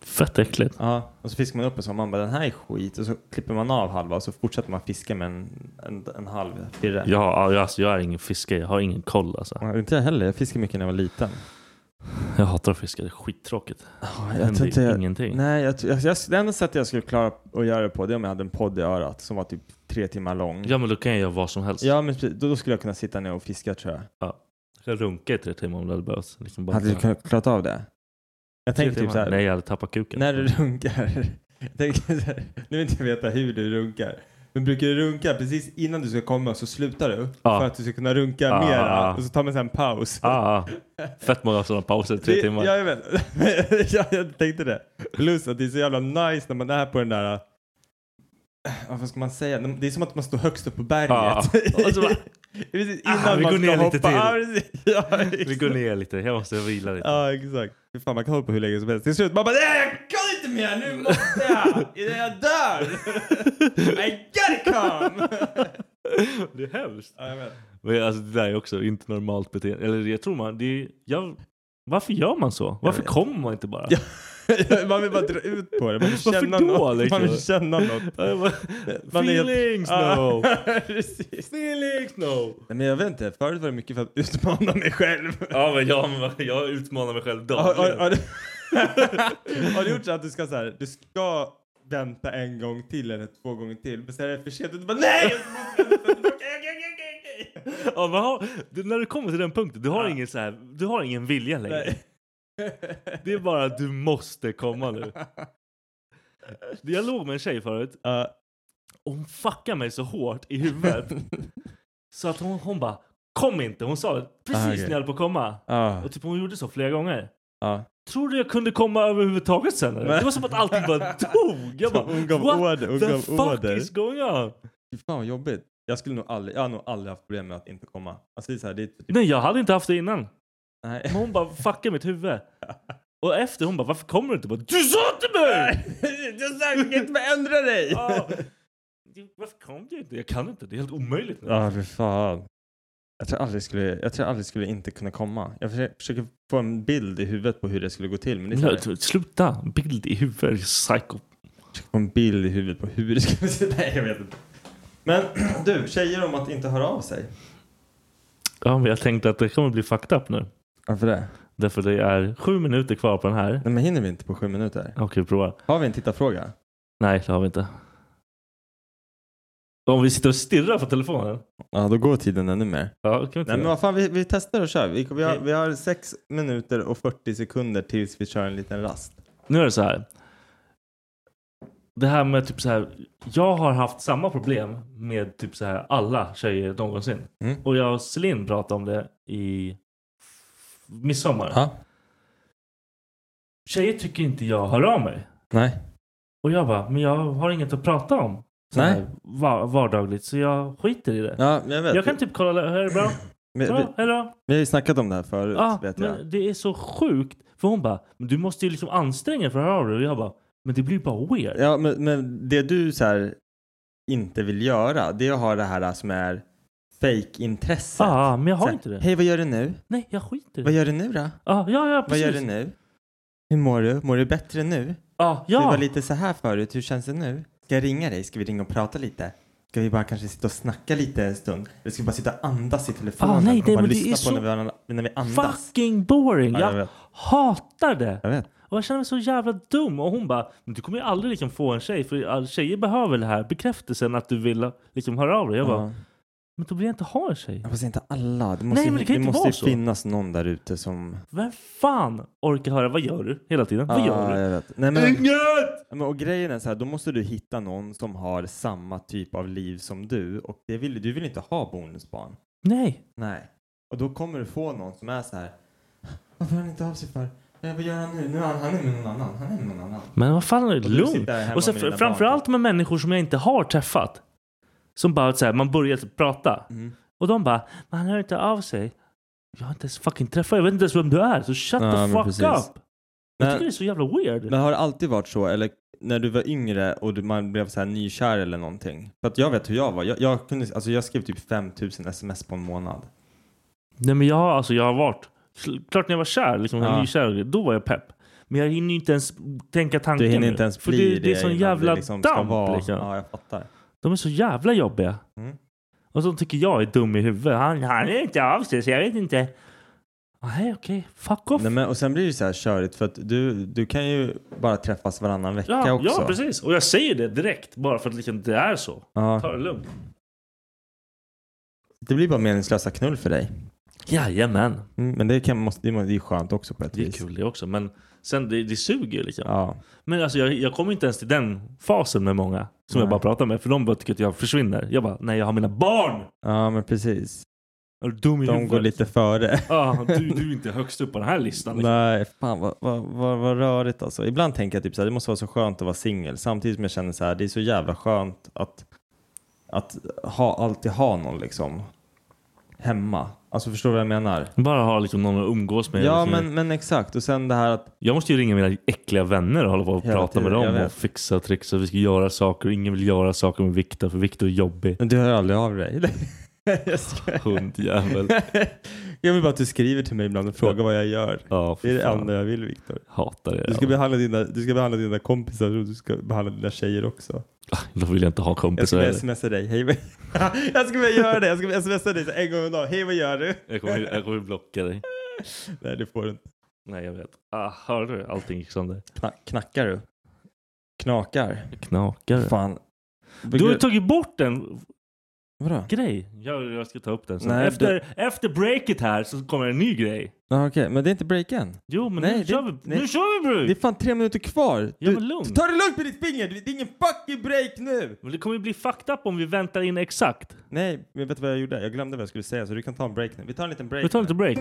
Speaker 9: Fett äckligt.
Speaker 7: Ja, och så fiskar man upp en sån man bara den här är skit och så klipper man av halva och så fortsätter man fiska med en, en, en halv firre.
Speaker 9: Ja, ja, alltså, jag är ingen fiskare, jag har ingen koll alltså.
Speaker 7: Ja, Inte jag heller, jag fiskade mycket när jag var liten.
Speaker 9: Jag hatar att fiska, det är skittråkigt.
Speaker 7: jag
Speaker 9: det händer
Speaker 7: tror inte jag-
Speaker 9: ingenting.
Speaker 7: Nej, jag, jag, jag, det enda sättet jag skulle klara att göra det på det är om jag hade en podd i örat som var typ tre timmar lång.
Speaker 9: Ja men då kan jag göra vad som helst.
Speaker 7: Ja, men precis. då, då skulle jag kunna sitta ner och fiska tror jag.
Speaker 9: Jag kan runka i tre timmar om det hade behövts. Liksom bara-
Speaker 7: Hade du kunnat klarat av det? Jag
Speaker 9: Tre
Speaker 7: tänker typ
Speaker 9: timmar?
Speaker 7: så här,
Speaker 9: Nej jag hade tappat kuken.
Speaker 7: när du runkar. [laughs] Jag tänker så här, nu vill inte jag veta hur du runkar. Men brukar du runka precis innan du ska komma så slutar du?
Speaker 9: Ja.
Speaker 7: För att du ska kunna runka
Speaker 9: Ja,
Speaker 7: mera.
Speaker 9: ja.
Speaker 7: Och så tar man sen en paus.
Speaker 9: Ah, ah. fett många sådana pauser i tre
Speaker 7: Det-
Speaker 9: timmar.
Speaker 7: Ja, jag vet. [laughs] jag, jag tänkte det. Plus att det är så jävla nice när man är på den där... äh, Vad ska man säga? Det är som att man står högst upp på berget. [laughs]
Speaker 9: Ja. Och så bara-
Speaker 7: precis
Speaker 9: Ah,
Speaker 7: innan
Speaker 9: vi
Speaker 7: man
Speaker 9: går
Speaker 7: ska
Speaker 9: ner lite
Speaker 7: hoppa.
Speaker 9: till.
Speaker 7: Ja, precis. Ja,
Speaker 9: [laughs] Vi går ner lite, jag måste vila lite.
Speaker 7: Ja, exakt. Fy fan, man kan hålla på hur länge som helst. Till slut man bara nej, jag kan inte mer, nu måste jag! Innan jag
Speaker 9: [laughs]
Speaker 7: dör! I gotta come!
Speaker 9: Det är hemskt.
Speaker 7: Ja, jag vet.
Speaker 9: Men alltså, det där är också inte normalt beteende. Eller jag tror man, det är, jag, varför gör man så? Varför kommer man inte bara? [laughs]
Speaker 7: Ja. Man vill bara dra ut på det. Man vill
Speaker 9: Varför
Speaker 7: känna
Speaker 9: då,
Speaker 7: något.
Speaker 9: liksom?
Speaker 7: Man vill känna något.
Speaker 9: Jag bara,
Speaker 7: Man är helt-
Speaker 9: Feelings
Speaker 7: Ja,
Speaker 9: no!
Speaker 7: [laughs] precis.
Speaker 9: Felix no!
Speaker 7: Nej, men jag vet inte, förut var det mycket för att utmana mig själv.
Speaker 9: Ja men jag, jag utmanar mig själv
Speaker 7: Har, har,
Speaker 9: dagligen.
Speaker 7: har, du, har du [laughs] gjort så att du ska så här, du ska vänta en gång till eller två gånger till, men sen är det för sent och du bara nej! jag måste vänta." Okej, okej, okej, okej, okej.
Speaker 9: Ja, men har, du, när du kommer till den punkten, du har, ingen, så här, du har ingen vilja längre.
Speaker 7: Nej.
Speaker 9: Det är bara att du måste komma [laughs] nu. Jag låg med en tjej förut
Speaker 7: Ja.
Speaker 9: och hon fuckade mig så hårt i [laughs] huvudet så att hon, hon bara kom inte. Hon sa det precis
Speaker 7: Ah, okej.
Speaker 9: när jag höll på att komma.
Speaker 7: Ja,
Speaker 9: Och typ hon gjorde så flera gånger.
Speaker 7: ja.
Speaker 9: Tror du jag kunde komma överhuvudtaget sen eller?
Speaker 7: Men-
Speaker 9: Det var som
Speaker 7: [laughs]
Speaker 9: att allting bara dog. Jag bara,
Speaker 7: Hon gav
Speaker 9: what
Speaker 7: order, hon
Speaker 9: the
Speaker 7: gav
Speaker 9: fuck
Speaker 7: order."
Speaker 9: is going on?
Speaker 7: Fy fan vad jobbigt. Jag skulle nog aldrig, jag har nog aldrig haft problem med att inte komma. Alltså det är så här, det är typ,
Speaker 9: Nej, jag hade inte haft det innan.
Speaker 7: nej.
Speaker 9: Men hon bara fuckade mitt huvud. Och efter hon bara, varför kommer du inte? Jag Bara, du sa till mig!
Speaker 7: Jag sa, [laughs] du kan inte ändra dig!
Speaker 9: Ja.
Speaker 7: [laughs]
Speaker 9: Du, Varför kom du inte? Jag kan inte, det är helt omöjligt. nu.
Speaker 7: Ja, ah, fy fan. Jag tror, aldrig skulle, jag tror aldrig skulle inte kunna komma. Jag försöker, försöker få en bild i huvudet på hur det skulle gå till. Men det är så här,
Speaker 9: Men, t- Sluta! Bild i huvudet, psycho.
Speaker 7: jag försöker få en bild i huvudet på hur det skulle gå till. [laughs] Nej, jag vet inte. Men [clears throat] du, tjejer om att inte höra av sig.
Speaker 9: Ja, men jag tänkte att det kommer bli fucked up nu.
Speaker 7: Varför det?
Speaker 9: Därför det är sju minuter kvar på den här.
Speaker 7: Nej, men hinner vi inte på sju minuter?
Speaker 9: Okej, prova.
Speaker 7: Har vi en tittarfråga?
Speaker 9: Nej, det har vi inte. Om vi sitter och stirrar på telefonen?
Speaker 7: Ja, då går tiden ännu mer.
Speaker 9: Ja, det kan vi inte
Speaker 7: Nej, men
Speaker 9: göra.
Speaker 7: vad fan, vi, vi testar och kör. Vi, vi, har,
Speaker 9: Okej.
Speaker 7: vi har 6 minuter och 40 sekunder tills vi kör en liten rast.
Speaker 9: Nu är det så här. Det här med typ så här. Jag har haft samma problem med typ så här alla tjejer någonsin.
Speaker 7: Mm.
Speaker 9: Och jag och Celine pratade om det i f- midsommar.
Speaker 7: Ja.
Speaker 9: Tjejer tycker inte jag hör av mig.
Speaker 7: Nej.
Speaker 9: Och jag bara, men jag har inget att prata om. Så
Speaker 7: Nej.
Speaker 9: här va- vardagligt. Så jag skiter i det.
Speaker 7: Ja, jag vet.
Speaker 9: jag kan typ kolla, är det
Speaker 7: [laughs]
Speaker 9: bra?
Speaker 7: vi, vi,
Speaker 9: Ja, är det bra?
Speaker 7: vi har ju snackat om det här förut,
Speaker 9: Ja,
Speaker 7: vet jag.
Speaker 9: Ah, men det är så sjukt. För hon bara, men du måste ju liksom anstränga dig för att höra av dig. Och jag bara, men det blir ju bara weird.
Speaker 7: Ja, men, men det du så här inte vill göra, det är att ha det här som är fake-intresset.
Speaker 9: Ja, Ah, men jag
Speaker 7: Så
Speaker 9: har
Speaker 7: här,
Speaker 9: inte det.
Speaker 7: Hej, vad gör du nu?
Speaker 9: Nej, jag skiter i
Speaker 7: Vad
Speaker 9: det.
Speaker 7: gör du nu då?
Speaker 9: Ja, ja, ja,
Speaker 7: Vad
Speaker 9: precis.
Speaker 7: gör du nu? Hur mår du? Mår du bättre nu?
Speaker 9: Ja,
Speaker 7: Du
Speaker 9: ja.
Speaker 7: var lite så här förut, hur känns det nu? Ska jag ringa dig? Ska vi ringa och prata lite? Ska vi bara kanske sitta och snacka lite en stund? Eller ska vi bara sitta och andas i telefonen
Speaker 9: Ah, nej,
Speaker 7: och
Speaker 9: nej,
Speaker 7: bara
Speaker 9: men det
Speaker 7: lyssna
Speaker 9: är
Speaker 7: på
Speaker 9: så-
Speaker 7: när, vi, an- när vi andas?
Speaker 9: Fucking boring.
Speaker 7: Ja, jag
Speaker 9: jag
Speaker 7: vet.
Speaker 9: hatar det.
Speaker 7: Jag vet.
Speaker 9: Och jag känner mig så jävla dum. Och hon bara, men du kommer ju aldrig liksom få en tjej. För all- tjejer behöver det här bekräftelsen att du vill liksom höra av dig. Jag bara,
Speaker 7: Ja.
Speaker 9: men då vill jag inte ha en tjej.
Speaker 7: Jag får inte alla. Det måste,
Speaker 9: Nej,
Speaker 7: ju-
Speaker 9: men det kan
Speaker 7: det
Speaker 9: inte
Speaker 7: måste
Speaker 9: vara
Speaker 7: ju
Speaker 9: så.
Speaker 7: finnas någon där ute som...
Speaker 9: Vem fan orkar höra, vad gör du? Hela tiden. Vad gör
Speaker 7: Ja,
Speaker 9: du?
Speaker 7: Ah, jag vet. Nej, men...
Speaker 9: Inget!
Speaker 7: Ja, Men och grejen är så här, då måste du hitta någon som har samma typ av liv som du och det vill, du vill inte ha bonusbarn.
Speaker 9: Nej.
Speaker 7: Nej. Och då kommer du få någon som är så här, varför hör han inte av sig för? Eh, vad gör han nu? Nu är han, han är med någon annan. Han är med någon annan.
Speaker 9: Men vad fan,
Speaker 7: du
Speaker 9: lugnt.
Speaker 7: sitter här hemma
Speaker 9: Och sen
Speaker 7: med
Speaker 9: fr-
Speaker 7: dina
Speaker 9: framförallt med människor som jag inte har träffat. Som bara så här, man börjar typ prata.
Speaker 7: Mm.
Speaker 9: Och de bara, man hör inte av sig. Jag har inte ens fucking träffat, jag vet inte ens vem du är. Så shut
Speaker 7: Ja,
Speaker 9: the
Speaker 7: men
Speaker 9: fuck
Speaker 7: precis.
Speaker 9: up. Jag tycker det
Speaker 7: Men,
Speaker 9: är så jävla weird.
Speaker 7: men har det alltid varit så? Eller när du var yngre och du, man blev så här nykär eller någonting? För att jag vet hur jag var. Jag, jag, kunde, alltså jag skrev typ 5000 sms på en månad.
Speaker 9: Nej men jag har, alltså, jag har varit, klart när jag var kär, liksom,
Speaker 7: Ja.
Speaker 9: nykär, och grejer, då var jag pepp. Men jag hinner ju inte ens tänka tanken.
Speaker 7: Du hinner
Speaker 9: nu.
Speaker 7: inte ens
Speaker 9: För
Speaker 7: bli
Speaker 9: det, det är
Speaker 7: innan
Speaker 9: sån jävla
Speaker 7: liksom ska
Speaker 9: damp.
Speaker 7: vara-
Speaker 9: Liksom.
Speaker 7: Ja, jag fattar.
Speaker 9: De är så jävla jobbiga.
Speaker 7: Mm.
Speaker 9: Och så tycker jag är dum i huvudet. Han, han är inte av sig så jag vet inte. Nej okej, fuck off.
Speaker 7: Nej, men, och sen blir det så här körigt för att du, du kan ju bara träffas varannan vecka
Speaker 9: ja,
Speaker 7: också.
Speaker 9: ja precis. Och jag säger det direkt bara för att liksom, det är så. Ta
Speaker 7: Ja,
Speaker 9: det lugnt.
Speaker 7: det blir bara meningslösa knull för dig.
Speaker 9: Jajamän.
Speaker 7: Mm, men det, kan, måste, det må- det är skönt också på ett
Speaker 9: Det är
Speaker 7: vis.
Speaker 9: kul det också. Men sen det, det suger liksom.
Speaker 7: Ja.
Speaker 9: Men alltså jag, jag kommer inte ens till den fasen med många som jag
Speaker 7: Nej.
Speaker 9: bara pratar med. För de bara tycker att jag försvinner. Jag bara, nej jag har mina barn!
Speaker 7: ja, men precis.
Speaker 9: Är du dum i
Speaker 7: De
Speaker 9: huvudet?
Speaker 7: går lite före.
Speaker 9: Ja, du, du är inte högst upp på den här listan. Liksom.
Speaker 7: Nej, fan vad, vad, vad, vad rörigt alltså. Ibland tänker jag typ så här, det måste vara så skönt att vara singel. Samtidigt som jag känner så här, det är så jävla skönt att, att ha, alltid ha någon liksom hemma. Alltså förstår du vad jag menar?
Speaker 9: Bara ha liksom någon att umgås med.
Speaker 7: Ja,
Speaker 9: liksom.
Speaker 7: men, men exakt. Och sen det här att
Speaker 9: Jag måste ju ringa mina äckliga vänner och hålla på och
Speaker 7: Hela
Speaker 9: prata med
Speaker 7: tiden, jag
Speaker 9: dem och
Speaker 7: vet.
Speaker 9: fixa och trixa. Vi ska göra saker och ingen vill göra saker med Viktor för Viktor
Speaker 7: [laughs]
Speaker 9: är jobbig.
Speaker 7: Men du hör aldrig av dig? [laughs] jag skojar.
Speaker 9: Hundjävel.
Speaker 7: Jag vill bara att du skriver till mig ibland och frågar vad jag gör.
Speaker 9: Ja,
Speaker 7: Det är
Speaker 9: fy
Speaker 7: det enda
Speaker 9: fan.
Speaker 7: jag vill Viktor.
Speaker 9: Hatar det.
Speaker 7: Du, ska behandla dina- du ska behandla dina kompisar och du ska behandla dina tjejer också.
Speaker 9: Då vill jag inte ha
Speaker 7: Jag
Speaker 9: kompisar
Speaker 7: ska börja
Speaker 9: heller.
Speaker 7: smsa dig. Hej, vad... [laughs] jag ska börja göra det. Jag ska börja smsa dig så en gång om dagen. Hej vad gör du?
Speaker 9: Jag kommer, jag kommer blocka dig.
Speaker 7: [laughs] Nej det får du inte.
Speaker 9: Nej, jag vet. Ah, hör du? Allting gick sönder.
Speaker 7: Kna- knackar du? Knakar?
Speaker 9: Jag knakar.
Speaker 7: Fan.
Speaker 9: Du har ju tagit bort en
Speaker 7: Vadå?
Speaker 9: grej. Jag, jag ska ta upp den sen.
Speaker 7: Nej,
Speaker 9: efter, efter breaket här så kommer en ny grej.
Speaker 7: Ja, Okej, men det är inte break än.
Speaker 9: Jo, men
Speaker 7: Nej,
Speaker 9: nu,
Speaker 7: det-
Speaker 9: kör vi,
Speaker 7: nej.
Speaker 9: nu kör vi
Speaker 7: Det är
Speaker 9: bror!
Speaker 7: fan tre minuter kvar.
Speaker 9: Ja, men lugn.
Speaker 7: Ta det lugnt med ditt finger! Det är ingen fucking break nu!
Speaker 9: Men det kommer ju bli fucked up om vi väntar in exakt.
Speaker 7: Nej, men vet du vad jag gjorde? Jag glömde vad jag skulle säga så du kan ta en break nu. Vi tar en liten break.
Speaker 9: Vi tar lite break.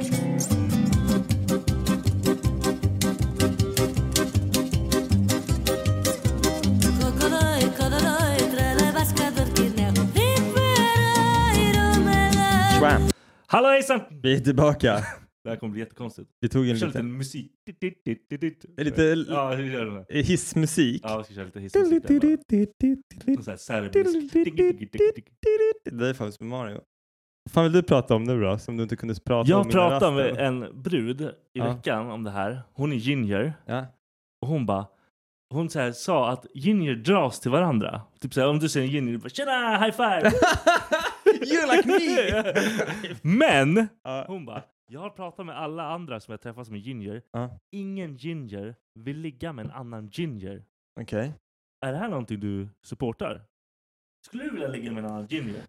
Speaker 10: Kokoroj, kororoj, trelebasca, dorkineo, ripero.
Speaker 9: Hallå hejsan!
Speaker 7: Vi är tillbaka.
Speaker 9: Det här kommer bli jättekonstigt.
Speaker 7: Vi tog en
Speaker 9: Kör lite
Speaker 7: liten
Speaker 9: musik. Dit, dit, dit, dit, dit.
Speaker 7: Lite-
Speaker 9: Ja, hur gör du det?
Speaker 7: hissmusik.
Speaker 9: Ja, vi ska köra lite hissmusik. där bara. Någon sån här serbisk. Tiki, tiki, tiki, tiki.
Speaker 7: Det är fan som Mario. Vad fan vill du prata om nu då? Som du inte kunde prata om
Speaker 9: Jag
Speaker 7: innan
Speaker 9: pratade med
Speaker 7: rasten?
Speaker 9: en brud i
Speaker 7: Ja.
Speaker 9: veckan om det här. Hon är ginger.
Speaker 7: Ja. [laughs]
Speaker 9: Och hon bara... Hon så här sa att ginger dras till varandra. Typ så här, om du ser en ginger, du bara “tjena, high five!”
Speaker 7: [laughs] You like me! [laughs]
Speaker 9: Men
Speaker 7: Ja.
Speaker 9: hon bara, jag har pratat med alla andra som jag träffat som är ginger.
Speaker 7: Ja.
Speaker 9: Ingen ginger vill ligga med en annan ginger.
Speaker 7: Okej.
Speaker 9: Är det här någonting du supportar? Skulle du vilja ligga med en annan ginger?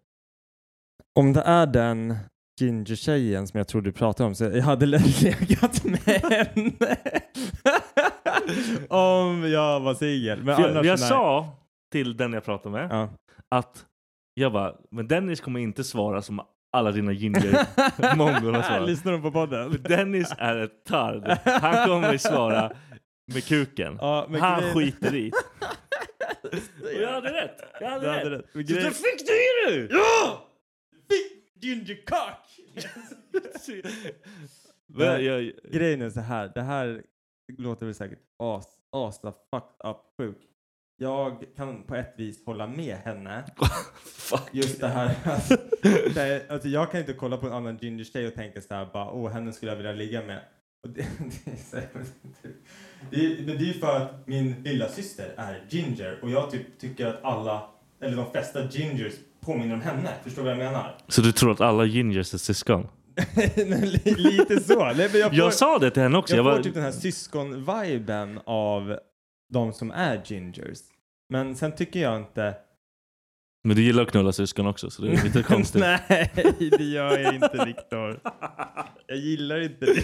Speaker 7: Om det är den ginger-tjejen som jag tror du pratade om så jag hade [laughs] legat med henne. [laughs] om jag var singel. Men
Speaker 9: För jag,
Speaker 7: annars
Speaker 9: jag
Speaker 7: nej.
Speaker 9: sa till den jag pratade med
Speaker 7: [laughs] Ja.
Speaker 9: att jag bara, men Dennis kommer inte svara som alla dina
Speaker 7: [laughs]
Speaker 9: ginger mongol har svarat.
Speaker 7: Lyssnar de på podden?
Speaker 9: För Dennis är ett tard. Han kommer svara med kuken.
Speaker 7: Ja, men
Speaker 9: Han
Speaker 7: grejen- [laughs]
Speaker 9: skiter i. Och jag hade rätt. Jag hade
Speaker 7: Du
Speaker 9: rätt.
Speaker 7: hade rätt. Men
Speaker 9: Så
Speaker 7: grejen-
Speaker 9: det fick du i dig!
Speaker 7: [laughs]
Speaker 9: Ja! Fick gingercock!
Speaker 7: Nej.
Speaker 9: jag, jag,
Speaker 7: Grejen är så här. Det här låter väl säkert as, as the fucked up sjuk. Jag kan på ett vis hålla med henne.
Speaker 9: fuck.
Speaker 7: Just det
Speaker 9: [laughs]
Speaker 7: här. alltså, det är, alltså jag kan inte kolla på en annan ginger tjej och tänka så här bara, åh henne skulle jag vilja ligga med. Och det, [laughs] det är så här, det, är- men det är ju för att min lilla syster är ginger och jag typ tycker att alla, eller de flesta gingers påminner om henne. Förstår du vad jag menar? [laughs]
Speaker 9: Så du tror att alla gingers är syskon?
Speaker 7: Men li- Lite så. Nej, men jag, får,
Speaker 9: Jag sa det till henne också.
Speaker 7: jag,
Speaker 9: Jag,
Speaker 7: får
Speaker 9: bara,
Speaker 7: typ den här syskon-viben av de som är gingers. Men sen tycker jag inte...
Speaker 9: Men du gillar att knulla syskon också så det
Speaker 7: [laughs]
Speaker 9: är lite
Speaker 7: typ.
Speaker 9: konstigt.
Speaker 7: Nej, det gör jag inte Viktor. Jag gillar inte det.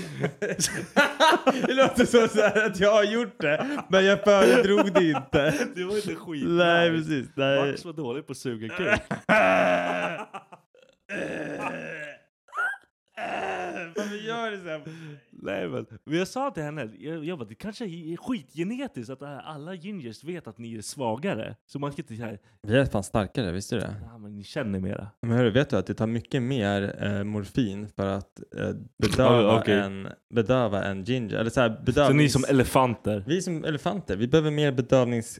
Speaker 7: [laughs] det låter som så här att jag har gjort det, men jag föredrog det inte.
Speaker 9: Det var inte skit.
Speaker 7: Nej, precis. Nej.
Speaker 9: Max var dålig på att suga kuk.
Speaker 7: [laughs] Varför gör du så här?
Speaker 9: [laughs] Nej men, men jag sa till henne, jag, jag bara, det kanske är skitgenetiskt att det här- alla gingers vet att ni är svagare. Så man kan inte säga,
Speaker 7: Vi är fan starkare, visste du det?
Speaker 9: ah, men ni känner mera.
Speaker 7: Men hörru, vet du att det tar mycket mer eh, morfin för att eh, bedöva,
Speaker 9: Ja, okej.
Speaker 7: en, bedöva en ginger? Eller så här,
Speaker 9: Så ni är
Speaker 7: bedövnings...
Speaker 9: som elefanter.
Speaker 7: vi är som elefanter, vi behöver mer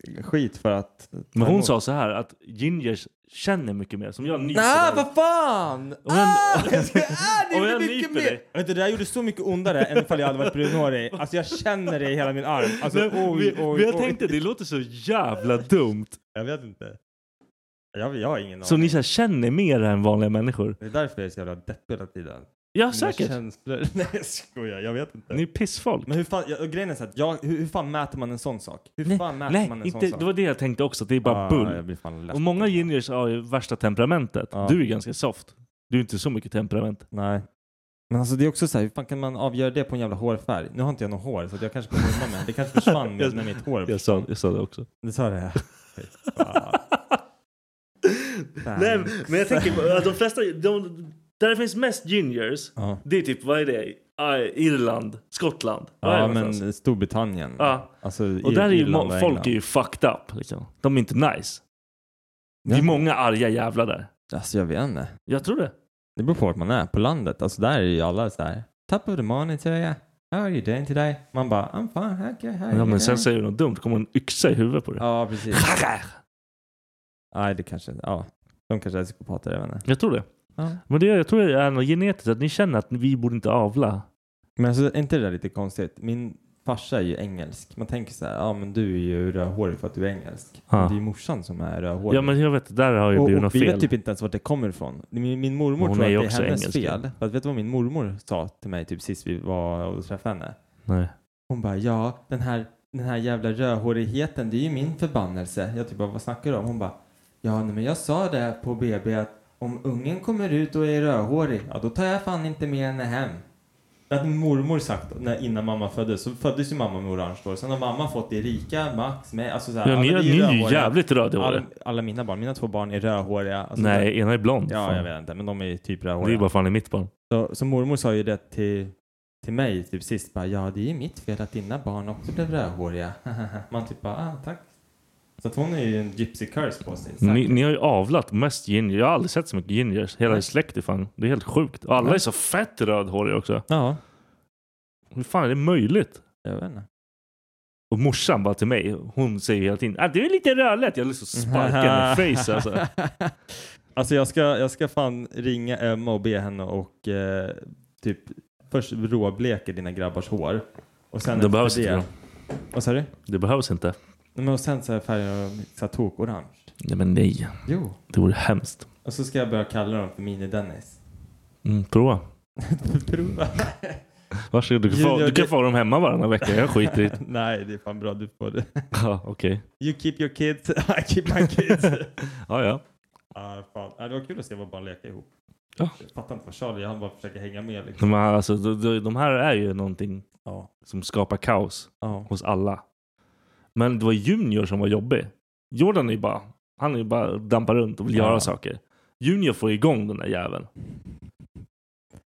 Speaker 7: bedövningsskit för att...
Speaker 9: Men hon sa så här att gingers känner mycket mer. Som jag nyper.
Speaker 7: Nej,
Speaker 9: där.
Speaker 7: vad fan!
Speaker 9: Om jag-
Speaker 7: Ah, jag ska,
Speaker 9: [laughs]
Speaker 7: ah, det
Speaker 9: Om
Speaker 7: gjorde
Speaker 9: jag
Speaker 7: mycket
Speaker 9: nyper
Speaker 7: mer!
Speaker 9: dig.
Speaker 7: Vet du, det där gjorde så mycket ondare än ifall jag hade varit brunhårig. Alltså jag känner det i hela min arm. Alltså
Speaker 9: Men
Speaker 7: oj,
Speaker 9: vi,
Speaker 7: oj,
Speaker 9: vi jag
Speaker 7: oj.
Speaker 9: tänkte, det låter så jävla dumt.
Speaker 7: Jag vet inte. Jag, jag har ingen
Speaker 9: Som
Speaker 7: aning.
Speaker 9: ni så här känner mer än vanliga människor.
Speaker 7: Det är därför jag är så jävla deppig hela tiden.
Speaker 9: Ja,
Speaker 7: Mina
Speaker 9: säkert.
Speaker 7: känslor. [laughs] Nej, jag skojar. Jag vet inte.
Speaker 9: Ni är pissfolk.
Speaker 7: Men hur fan, jag, och grejen är så att jag, hur, hur fan mäter man en sån sak? Hur fan mäter
Speaker 9: nej
Speaker 7: man en sån
Speaker 9: inte, det var
Speaker 7: sak? Ah,
Speaker 9: det jag tänkte också. Det är bara bull.
Speaker 7: jag blir fan less.
Speaker 9: Och många gingers har ju värsta temperamentet.
Speaker 7: Ja.
Speaker 9: Du är ganska soft. Du är inte så mycket temperament.
Speaker 7: Nej. Men alltså det är också så här, hur fan kan man avgöra det på en jävla hårfärg? Nu har inte jag något hår så att jag kanske kommer undan med det. Det kanske försvann med,
Speaker 9: [laughs] Jag-
Speaker 7: med mitt hår.
Speaker 9: Jag sa, jag sa det också.
Speaker 7: Du sa det? Fy fan. Fan.
Speaker 9: [laughs] Nej, men jag tänker att de flesta... De, där det finns mest gingers,
Speaker 7: Ja,
Speaker 9: det är typ, vad är det? Ah, Irland, Skottland. Vad är
Speaker 7: ja
Speaker 9: det någonstans?
Speaker 7: men Storbritannien.
Speaker 9: Ja.
Speaker 7: Alltså,
Speaker 9: Och där är ju
Speaker 7: Irland
Speaker 9: må-
Speaker 7: och
Speaker 9: folk
Speaker 7: England.
Speaker 9: är ju fucked up. Liksom. De är inte nice. Det
Speaker 7: Ja.
Speaker 9: är många arga jävlar där.
Speaker 7: Alltså jag vet inte.
Speaker 9: Jag tror det.
Speaker 7: Det beror på vart man är på landet. Alltså där är ju alla så här. Top of the morning to you. How are you doing today? Man bara, I'm fine, okay, how are
Speaker 9: Ja,
Speaker 7: you
Speaker 9: men sen
Speaker 7: doing?"
Speaker 9: säger du något dumt, kommer en yxa i huvudet på dig.
Speaker 7: Ja, precis.
Speaker 9: [laughs]
Speaker 7: Nej, det kanske Ja, de kanske är psykopater, jag vet inte.
Speaker 9: Jag tror det.
Speaker 7: Ja.
Speaker 9: Men det, jag tror det är något genetiskt, att ni känner att vi borde inte avla.
Speaker 7: Men alltså, är inte det där lite konstigt? Min farsa är ju engelsk. Man tänker så här, ja men du är ju rödhårig för att du är engelsk.
Speaker 9: Ja.
Speaker 7: Men Det är ju morsan som är rödhårig.
Speaker 9: Ja, men jag vet, där har ju
Speaker 7: och,
Speaker 9: blivit
Speaker 7: och
Speaker 9: något
Speaker 7: vi
Speaker 9: fel.
Speaker 7: vet typ inte ens vart det kommer ifrån. Min, min mormor
Speaker 9: Hon
Speaker 7: tror
Speaker 9: är ju
Speaker 7: att det
Speaker 9: också
Speaker 7: är hennes
Speaker 9: engelsk,
Speaker 7: fel. För att vet du vad min mormor sa till mig typ sist vi var och träffade henne?
Speaker 9: Nej.
Speaker 7: Hon bara, ja den här, den här jävla rödhårigheten det är ju min förbannelse. Jag typ bara, vad snackar du om? Hon bara, ja nej, men jag sa det på BB att om ungen kommer ut och är rödhårig, ja då tar jag fan inte med henne hem. Det hade mormor sagt när, innan mamma föddes. Så föddes ju mamma med orange hår. Sen har mamma fått det rika, Max, med. Alltså så här,
Speaker 9: Ja, ni,
Speaker 7: alla
Speaker 9: är,
Speaker 7: vi
Speaker 9: ni är ju
Speaker 7: rödhåriga.
Speaker 9: jävligt rödhåriga.
Speaker 7: alla, alla mina barn, mina två barn är rödhåriga. Alltså,
Speaker 9: Nej, ena är blond.
Speaker 7: Ja,
Speaker 9: Fan.
Speaker 7: jag vet inte, men de är ju typ
Speaker 9: Det är
Speaker 7: rödhåriga.
Speaker 9: bara fan i mitt barn.
Speaker 7: Så, så mormor sa ju det till, till mig typ sist [laughs] bara, ja det är ju mitt fel att dina barn också blev rödhåriga. Man typ bara, ah tack. För att hon är ju en gypsy curse på sig.
Speaker 9: Ni, ni har ju avlat mest ginger. Jag har aldrig sett så mycket gingers. Hela släktet fan. Det är helt sjukt. Och alla är så fett rödhåriga också.
Speaker 7: Ja,
Speaker 9: Hur fan är det möjligt?
Speaker 7: jag vet inte.
Speaker 9: Och morsan bara till mig, hon säger hela tiden ah, du är lite rödlätt. Jag vill så sparka henne
Speaker 7: [laughs]
Speaker 9: i face alltså.
Speaker 7: Alltså jag ska, jag ska fan ringa Emma och be henne och eh, typ först råbleka dina grabbars hår. Och sen
Speaker 9: Det behövs
Speaker 7: efter
Speaker 9: inte.
Speaker 7: Vad sa du?
Speaker 9: Det behövs inte.
Speaker 7: Nej, Men och sen så här färgar jag dem så här tokorange.
Speaker 9: Nej men nej.
Speaker 7: Jo.
Speaker 9: Det vore hemskt.
Speaker 7: Och så ska jag börja kalla dem för Mini-Dennis. [laughs]
Speaker 9: Mm, prova.
Speaker 7: Prova.
Speaker 9: Varsågod, du kan,
Speaker 7: Jo,
Speaker 9: få,
Speaker 7: jo,
Speaker 9: du kan
Speaker 7: det-
Speaker 9: få dem hemma varannan vecka. Jag
Speaker 7: [laughs]
Speaker 9: skiter i det.
Speaker 7: Nej, det är fan bra. Du får [laughs] det.
Speaker 9: Ja, okej.
Speaker 7: You keep your kids, [laughs] I keep my
Speaker 9: [laughs]
Speaker 7: kids.
Speaker 9: Ja, ja.
Speaker 7: ah, fan. Ah, det var kul att se vad barn leker ihop.
Speaker 9: Ja.
Speaker 7: Jag fattar inte vad Charlie, han bara försöker hänga med liksom.
Speaker 9: De här, alltså, de, de, de här är ju någonting
Speaker 7: Ja.
Speaker 9: som skapar kaos
Speaker 7: Ja.
Speaker 9: hos alla. Men det var Junior som var jobbig. Jordan är ju bara, han är ju bara dampar runt och vill
Speaker 7: Ja.
Speaker 9: göra saker. Junior får igång den där jäveln.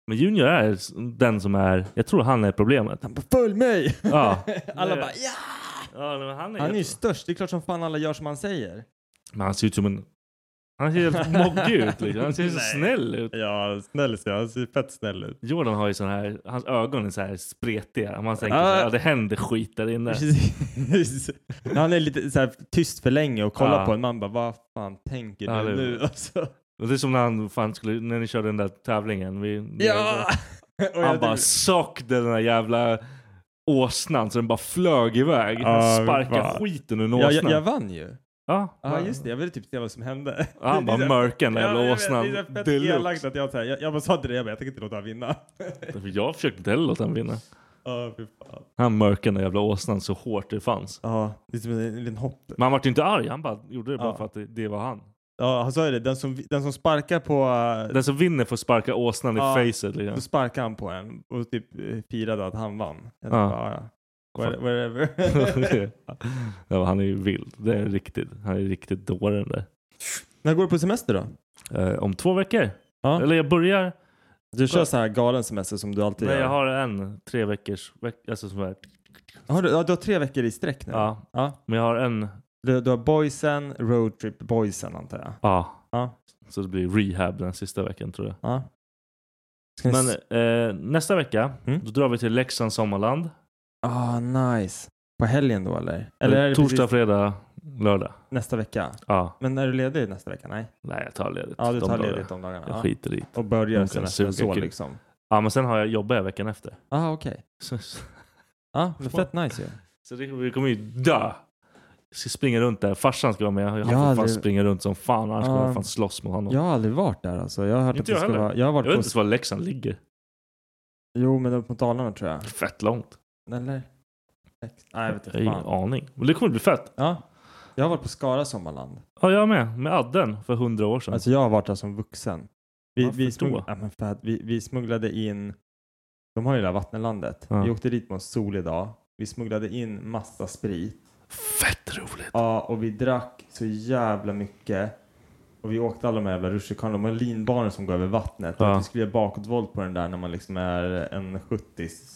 Speaker 9: Men Junior är den som är, jag tror han är [laughs] problemet.
Speaker 7: Han bara följ mig!
Speaker 9: Ja.
Speaker 7: Alla
Speaker 9: Nej.
Speaker 7: bara ja!
Speaker 9: Ja, men han, är
Speaker 7: Han är ju störst, det är klart som fan alla gör som han säger.
Speaker 9: men han ser ut som en... Han ser helt moggig ut liksom. Han ser så
Speaker 7: Nej.
Speaker 9: snäll ut.
Speaker 7: Ja, snäll ser jag. Han ser fett snäll ut.
Speaker 9: Jordan har ju sån här, hans ögon är så här spretiga. Man tänker
Speaker 7: Ah.
Speaker 9: så här, ja, det händer skit
Speaker 7: [laughs]
Speaker 9: där inne.
Speaker 7: Precis. När han är lite så här tyst för länge och kollar
Speaker 9: Ja.
Speaker 7: på en man bara vad fan tänker
Speaker 9: Ja, det
Speaker 7: du
Speaker 9: är-
Speaker 7: nu? Alltså,
Speaker 9: Och det är som när han fan skulle, när ni körde den där tävlingen. Vi,
Speaker 7: ja! [laughs] Och
Speaker 9: Han
Speaker 7: jag
Speaker 9: bara
Speaker 7: typ-
Speaker 9: sockade den där jävla åsnan så den bara flög iväg.
Speaker 7: Ja,
Speaker 9: han sparkade
Speaker 7: fan.
Speaker 9: skiten ur en
Speaker 7: ja, jag,
Speaker 9: åsna.
Speaker 7: jag vann ju.
Speaker 9: ja,
Speaker 7: Ja just det, jag ville typ se vad som hände.
Speaker 9: Ja,
Speaker 7: [laughs]
Speaker 9: han
Speaker 7: Det är
Speaker 9: bara
Speaker 7: så-
Speaker 9: mörkade den där
Speaker 7: Ja, jag
Speaker 9: jävla
Speaker 7: vet,
Speaker 9: åsnan.
Speaker 7: Det är så fett
Speaker 9: deluxe.
Speaker 7: elakt att jag, så här, jag, jag bara sa till dig, jag bara, jag tänker inte låta han vinna. [laughs]
Speaker 9: Jag försökte inte heller låta honom vinna.
Speaker 7: Ja, fy fan.
Speaker 9: Han mörkade den där jävla åsnan så hårt det fanns.
Speaker 7: Ja, det är som en liten hopp.
Speaker 9: Men han vart ju inte arg, han bara gjorde det bara
Speaker 7: Ja.
Speaker 9: för att det, det var han.
Speaker 7: Ja, han sa ju det, den som, den som sparkar på eh,
Speaker 9: Den som vinner får sparka åsnan
Speaker 7: Ja.
Speaker 9: i facet.
Speaker 7: Då
Speaker 9: Liksom.
Speaker 7: sparkade han på en och typ eh, firade att han vann. Jag
Speaker 9: Ja.
Speaker 7: bara, ja. ja.
Speaker 9: [laughs]
Speaker 7: Where- Wherever. [laughs]
Speaker 9: ja, han är ju vild, det är riktigt. Han är riktigt dåre den där.
Speaker 7: När går du på semester då?
Speaker 9: Eh, om två veckor.
Speaker 7: Ja.
Speaker 9: Eller jag börjar
Speaker 7: Du kör så här galen semester som du alltid
Speaker 9: Nej,
Speaker 7: gör?
Speaker 9: jag har en tre veckors veck- alltså som är,
Speaker 7: Har du, ja, du har tre veckor i sträck nu?
Speaker 9: ja.
Speaker 7: Ja.
Speaker 9: Men jag har en,
Speaker 7: Du, du har boysen, roadtrip boysen antar jag?
Speaker 9: ja.
Speaker 7: Ja.
Speaker 9: Så det blir rehab den sista veckan tror jag.
Speaker 7: Ja. Ska ni s-
Speaker 9: Men eh, nästa vecka,
Speaker 7: Mm.
Speaker 9: då drar vi till Leksand sommarland.
Speaker 7: Ah, nice. På helgen då eller? Eller är det
Speaker 9: Eh, Torsdag,
Speaker 7: precis
Speaker 9: fredag, lördag.
Speaker 7: nästa vecka?
Speaker 9: Ja.
Speaker 7: Men är du ledig nästa vecka? Nej?
Speaker 9: Nej, jag tar ledigt.
Speaker 7: Ja, du
Speaker 9: de
Speaker 7: tar
Speaker 9: dagarna.
Speaker 7: ledigt de dagarna.
Speaker 9: Jag
Speaker 7: Ja.
Speaker 9: skiter i.
Speaker 7: Och börjar
Speaker 9: De kan
Speaker 7: semestern
Speaker 9: suga
Speaker 7: så
Speaker 9: kul.
Speaker 7: liksom?
Speaker 9: Ja, men sen har jag jobbat veckan efter. [laughs]
Speaker 7: Ah, okej.
Speaker 9: Så, så,
Speaker 7: Ja, men fett nice ju.
Speaker 9: så det, vi kommer ju dö. Jag ska springa runt där. Farsan ska vara med. Han
Speaker 7: Ja,
Speaker 9: får fan
Speaker 7: det-
Speaker 9: springa runt som fan. Annars kommer
Speaker 7: Ja.
Speaker 9: jag fan slåss mot honom.
Speaker 7: Jag har aldrig varit där alltså. Jag har hört
Speaker 9: Inte
Speaker 7: att det
Speaker 9: jag
Speaker 7: ska
Speaker 9: heller.
Speaker 7: vara... Jag har
Speaker 9: jag
Speaker 7: varit
Speaker 9: vet
Speaker 7: på...
Speaker 9: inte ens var Leksand ligger.
Speaker 7: Jo, men upp mot Dalarna tror jag.
Speaker 9: Fett långt.
Speaker 7: Eller? Ex- Nej, jag vet
Speaker 9: Jag har
Speaker 7: inte.
Speaker 9: ingen
Speaker 7: Fan.
Speaker 9: aning. Men det kommer bli fett.
Speaker 7: Ja. Jag har varit på Skara Sommarland.
Speaker 9: Ja, jag med. Med Adden för hundra år sedan.
Speaker 7: Alltså jag har varit där som vuxen. Vi,
Speaker 9: Varför
Speaker 7: vi,
Speaker 9: då?
Speaker 7: smugg... ja, men för att vi, vi smugglade in... De har ju det där vattenlandet.
Speaker 9: Ja.
Speaker 7: Vi åkte dit på en solig dag. Vi smugglade in massa sprit.
Speaker 9: Fett roligt.
Speaker 7: Ja, och vi drack så jävla mycket. Och vi åkte alla de här jävla rutschkanorna. De har linbanor som går över vattnet.
Speaker 9: Ja.
Speaker 7: Och vi skulle göra bakåtvolt på den där när man liksom är en 70s.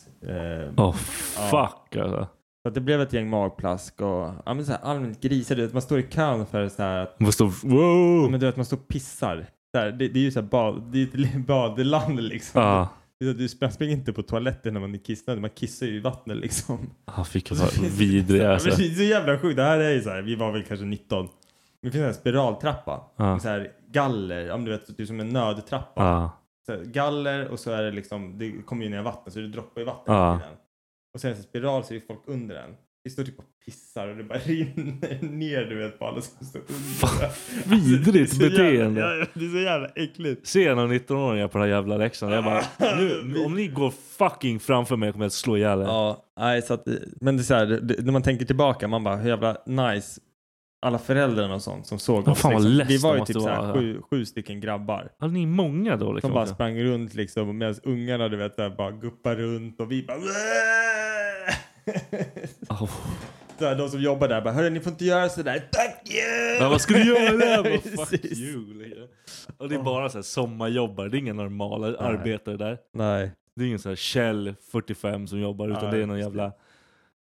Speaker 7: Eh,
Speaker 9: Åh fuck alltså.
Speaker 7: Så att det blev ett gäng magplask och ja, men så här, allmänt grisar. Du vet, man står i kön för så här, att,
Speaker 9: Man står... Wow!
Speaker 7: men du vet, man står och pissar. Så här, det, det är ju så här bad, det är ett litet badeland liksom.
Speaker 9: Ja.
Speaker 7: Det är så att Du man springer inte på toaletten när man är kissnödig. Man kissar ju i vattnet liksom.
Speaker 9: Han fick [laughs] vara vidrig alltså.
Speaker 7: Men det är så jävla sjukt. Det här är ju så här, vi var väl kanske 19. Men Det finns en spiraltrappa.
Speaker 9: Ja.
Speaker 7: Med så här galler, ja, men du vet, det är som en nödtrappa.
Speaker 9: Ja.
Speaker 7: så här, galler och så är det liksom, det kommer ju ner vatten så det droppar ju vatten
Speaker 9: Ja.
Speaker 7: i den. Och sen är det en spiral så det är folk under den. Vi står typ och pissar och det bara [laughs] rinner ner du vet på alla som står under.
Speaker 9: Fan,
Speaker 7: Alltså,
Speaker 9: vidrigt
Speaker 7: det är [laughs] så
Speaker 9: beteende.
Speaker 7: Jävla, ja, det är så jävla äckligt.
Speaker 9: Se någon 19-åringar på den här jävla läxan. Jag
Speaker 7: [laughs]
Speaker 9: bara, nu, om ni går fucking framför mig kommer jag att slå ihjäl er.
Speaker 7: Ja, nej så att, men det är så här, det, när man tänker tillbaka, man bara hur jävla nice alla föräldrarna och sånt som såg
Speaker 9: Ja,
Speaker 7: oss.
Speaker 9: fan vad less
Speaker 7: Vi var
Speaker 9: de
Speaker 7: ju
Speaker 9: måste
Speaker 7: typ så här,
Speaker 9: vara.
Speaker 7: sju, sju stycken grabbar.
Speaker 9: Hade Alltså, ni många då
Speaker 7: Som
Speaker 9: liksom?
Speaker 7: bara sprang runt liksom medan ungarna du vet där, bara guppar runt och vi bara
Speaker 9: Åh.
Speaker 7: Så här, de som jobbar där bara hörru ni får inte göra sådär. Fuck you!
Speaker 9: Men vad ska du
Speaker 7: [laughs]
Speaker 9: göra? Bara, Fuck
Speaker 7: Precis.
Speaker 9: you. liksom. Och det är bara så här sommarjobbare. Det är inga normala arbetare där.
Speaker 7: Nej.
Speaker 9: Det är ingen så här Kjell 45 som jobbar utan
Speaker 7: Nej,
Speaker 9: det är någon
Speaker 7: just det.
Speaker 9: jävla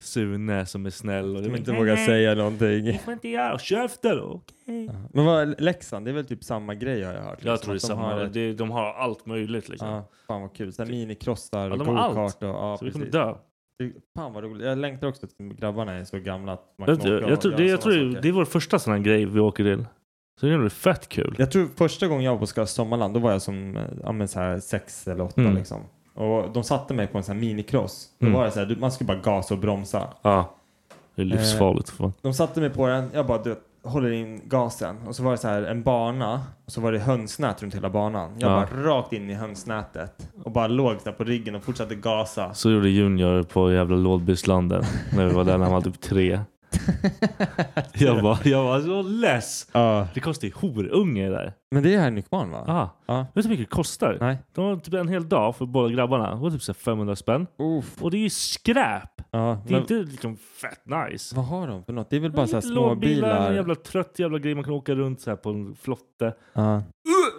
Speaker 9: Sune som är snäll. Och det
Speaker 7: Som
Speaker 9: var
Speaker 7: inte
Speaker 9: nej,
Speaker 7: vågar
Speaker 9: nej,
Speaker 7: säga någonting.
Speaker 9: Det får inte jag. Käften! Okej.
Speaker 7: Men vad, Leksand, det är väl typ samma grej har jag hört?
Speaker 9: Jag
Speaker 7: liksom,
Speaker 9: tror det är
Speaker 7: att de har
Speaker 9: samma.
Speaker 7: ett-
Speaker 9: De har, de har allt möjligt liksom.
Speaker 7: Ja, fan vad kul. Så här minicrossar,
Speaker 9: Ja, de har allt.
Speaker 7: go-kart och... Ja,
Speaker 9: så vi kommer
Speaker 7: precis.
Speaker 9: dö.
Speaker 7: Det- Fan vad roligt. Jag längtar också till att grabbarna är så gamla att man
Speaker 9: Jag,
Speaker 7: kan
Speaker 9: tror-
Speaker 7: åka
Speaker 9: jag
Speaker 7: och
Speaker 9: tror,
Speaker 7: göra
Speaker 9: det, jag tror
Speaker 7: såna
Speaker 9: det,
Speaker 7: saker.
Speaker 9: är vår första sån här grej vi åker till. Så det är nog fett kul.
Speaker 7: Jag tror första gången jag var på Skara Sommarland, då var jag som eh, ja, men så här sex eller åtta
Speaker 9: Mm.
Speaker 7: liksom. Och de satte mig på en sån här minicross. Då
Speaker 9: Mm.
Speaker 7: var det så här, du- man skulle bara gasa och bromsa.
Speaker 9: Ja. Det är livsfarligt. för fan.
Speaker 7: De satte mig på den, jag bara du, vet, håller in gasen. Och så var det så här en bana, och så var det hönsnät runt hela banan. Jag
Speaker 9: Ja.
Speaker 7: bara rakt in i hönsnätet och bara låg där på ryggen och fortsatte gasa.
Speaker 9: Så gjorde Junior på jävla Lådbyslanden när vi var där när han var typ [laughs] tre. Jag var, jag var så less.
Speaker 7: Ja.
Speaker 9: Det kostar ju horunge där.
Speaker 7: Men det är här i Nykvarn va?
Speaker 9: Ah.
Speaker 7: Ja.
Speaker 9: Vet du hur mycket det kostar?
Speaker 7: Nej.
Speaker 9: De har typ en hel dag för båda grabbarna. Det var typ så här 500 spänn.
Speaker 7: Uff.
Speaker 9: Och det är ju skräp.
Speaker 7: Ja,
Speaker 9: Det är
Speaker 7: men
Speaker 9: inte liksom fett nice.
Speaker 7: vad har de för något? Det är väl bara så här
Speaker 9: Lite lådbilar,
Speaker 7: småbilar?
Speaker 9: en jävla trött jävla grej man kan åka runt så här på en flotte.
Speaker 7: Ja.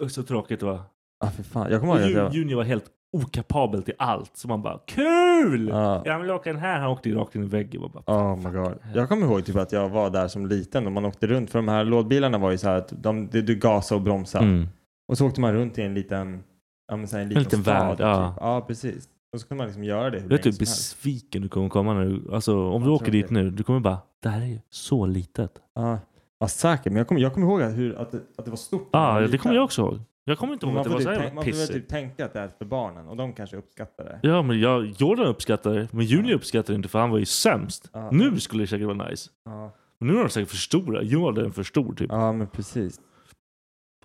Speaker 9: Uh, Så tråkigt va?
Speaker 7: Ja, för fan. Jag kommer
Speaker 9: Och
Speaker 7: ihåg att jag...
Speaker 9: Ju- Junior var helt okapabel till allt. Så man bara KUL!
Speaker 7: Ja.
Speaker 9: Jag vill åka den här. Han åkte ju rakt in i väggen. Man bara,
Speaker 7: Ah. Oh my god. Jag kommer ihåg typ att jag var där som liten och man åkte runt för de här lådbilarna var ju så här att de, du gasade och bromsade.
Speaker 9: Mm.
Speaker 7: Och så åkte man runt i en liten, ja men så här en liten,
Speaker 9: liten
Speaker 7: stad,
Speaker 9: värld, ja.
Speaker 7: Typ. ja precis. Och så kunde man liksom göra det hur
Speaker 9: Jag
Speaker 7: länge
Speaker 9: är typ
Speaker 7: som helst.
Speaker 9: besviken du kommer komma nu. Alltså om du
Speaker 7: Jag
Speaker 9: åker
Speaker 7: tror
Speaker 9: dit
Speaker 7: det.
Speaker 9: nu, du kommer bara det här är ju så litet.
Speaker 7: Ja, ja säkert. Men jag kommer, jag kommer ihåg att, hur, att, det, att det var stort. när man
Speaker 9: Ja,
Speaker 7: var
Speaker 9: ah, det
Speaker 7: liten.
Speaker 9: kommer jag också ihåg. Jag kommer inte ihåg
Speaker 7: Man
Speaker 9: att det
Speaker 7: får,
Speaker 9: var så
Speaker 7: typ,
Speaker 9: här
Speaker 7: tänk,
Speaker 9: jävla
Speaker 7: man får
Speaker 9: pissigt.
Speaker 7: typ tänka att det är för barnen och de kanske uppskattar det.
Speaker 9: Ja, men jag, Jordan uppskattar det. Men Junior uppskattar det inte för han var ju sämst.
Speaker 7: Ja.
Speaker 9: Nu skulle det säkert vara nice.
Speaker 7: Ja,
Speaker 9: Men nu är de säkert för stora. Jordan är för stor typ.
Speaker 7: ja men precis.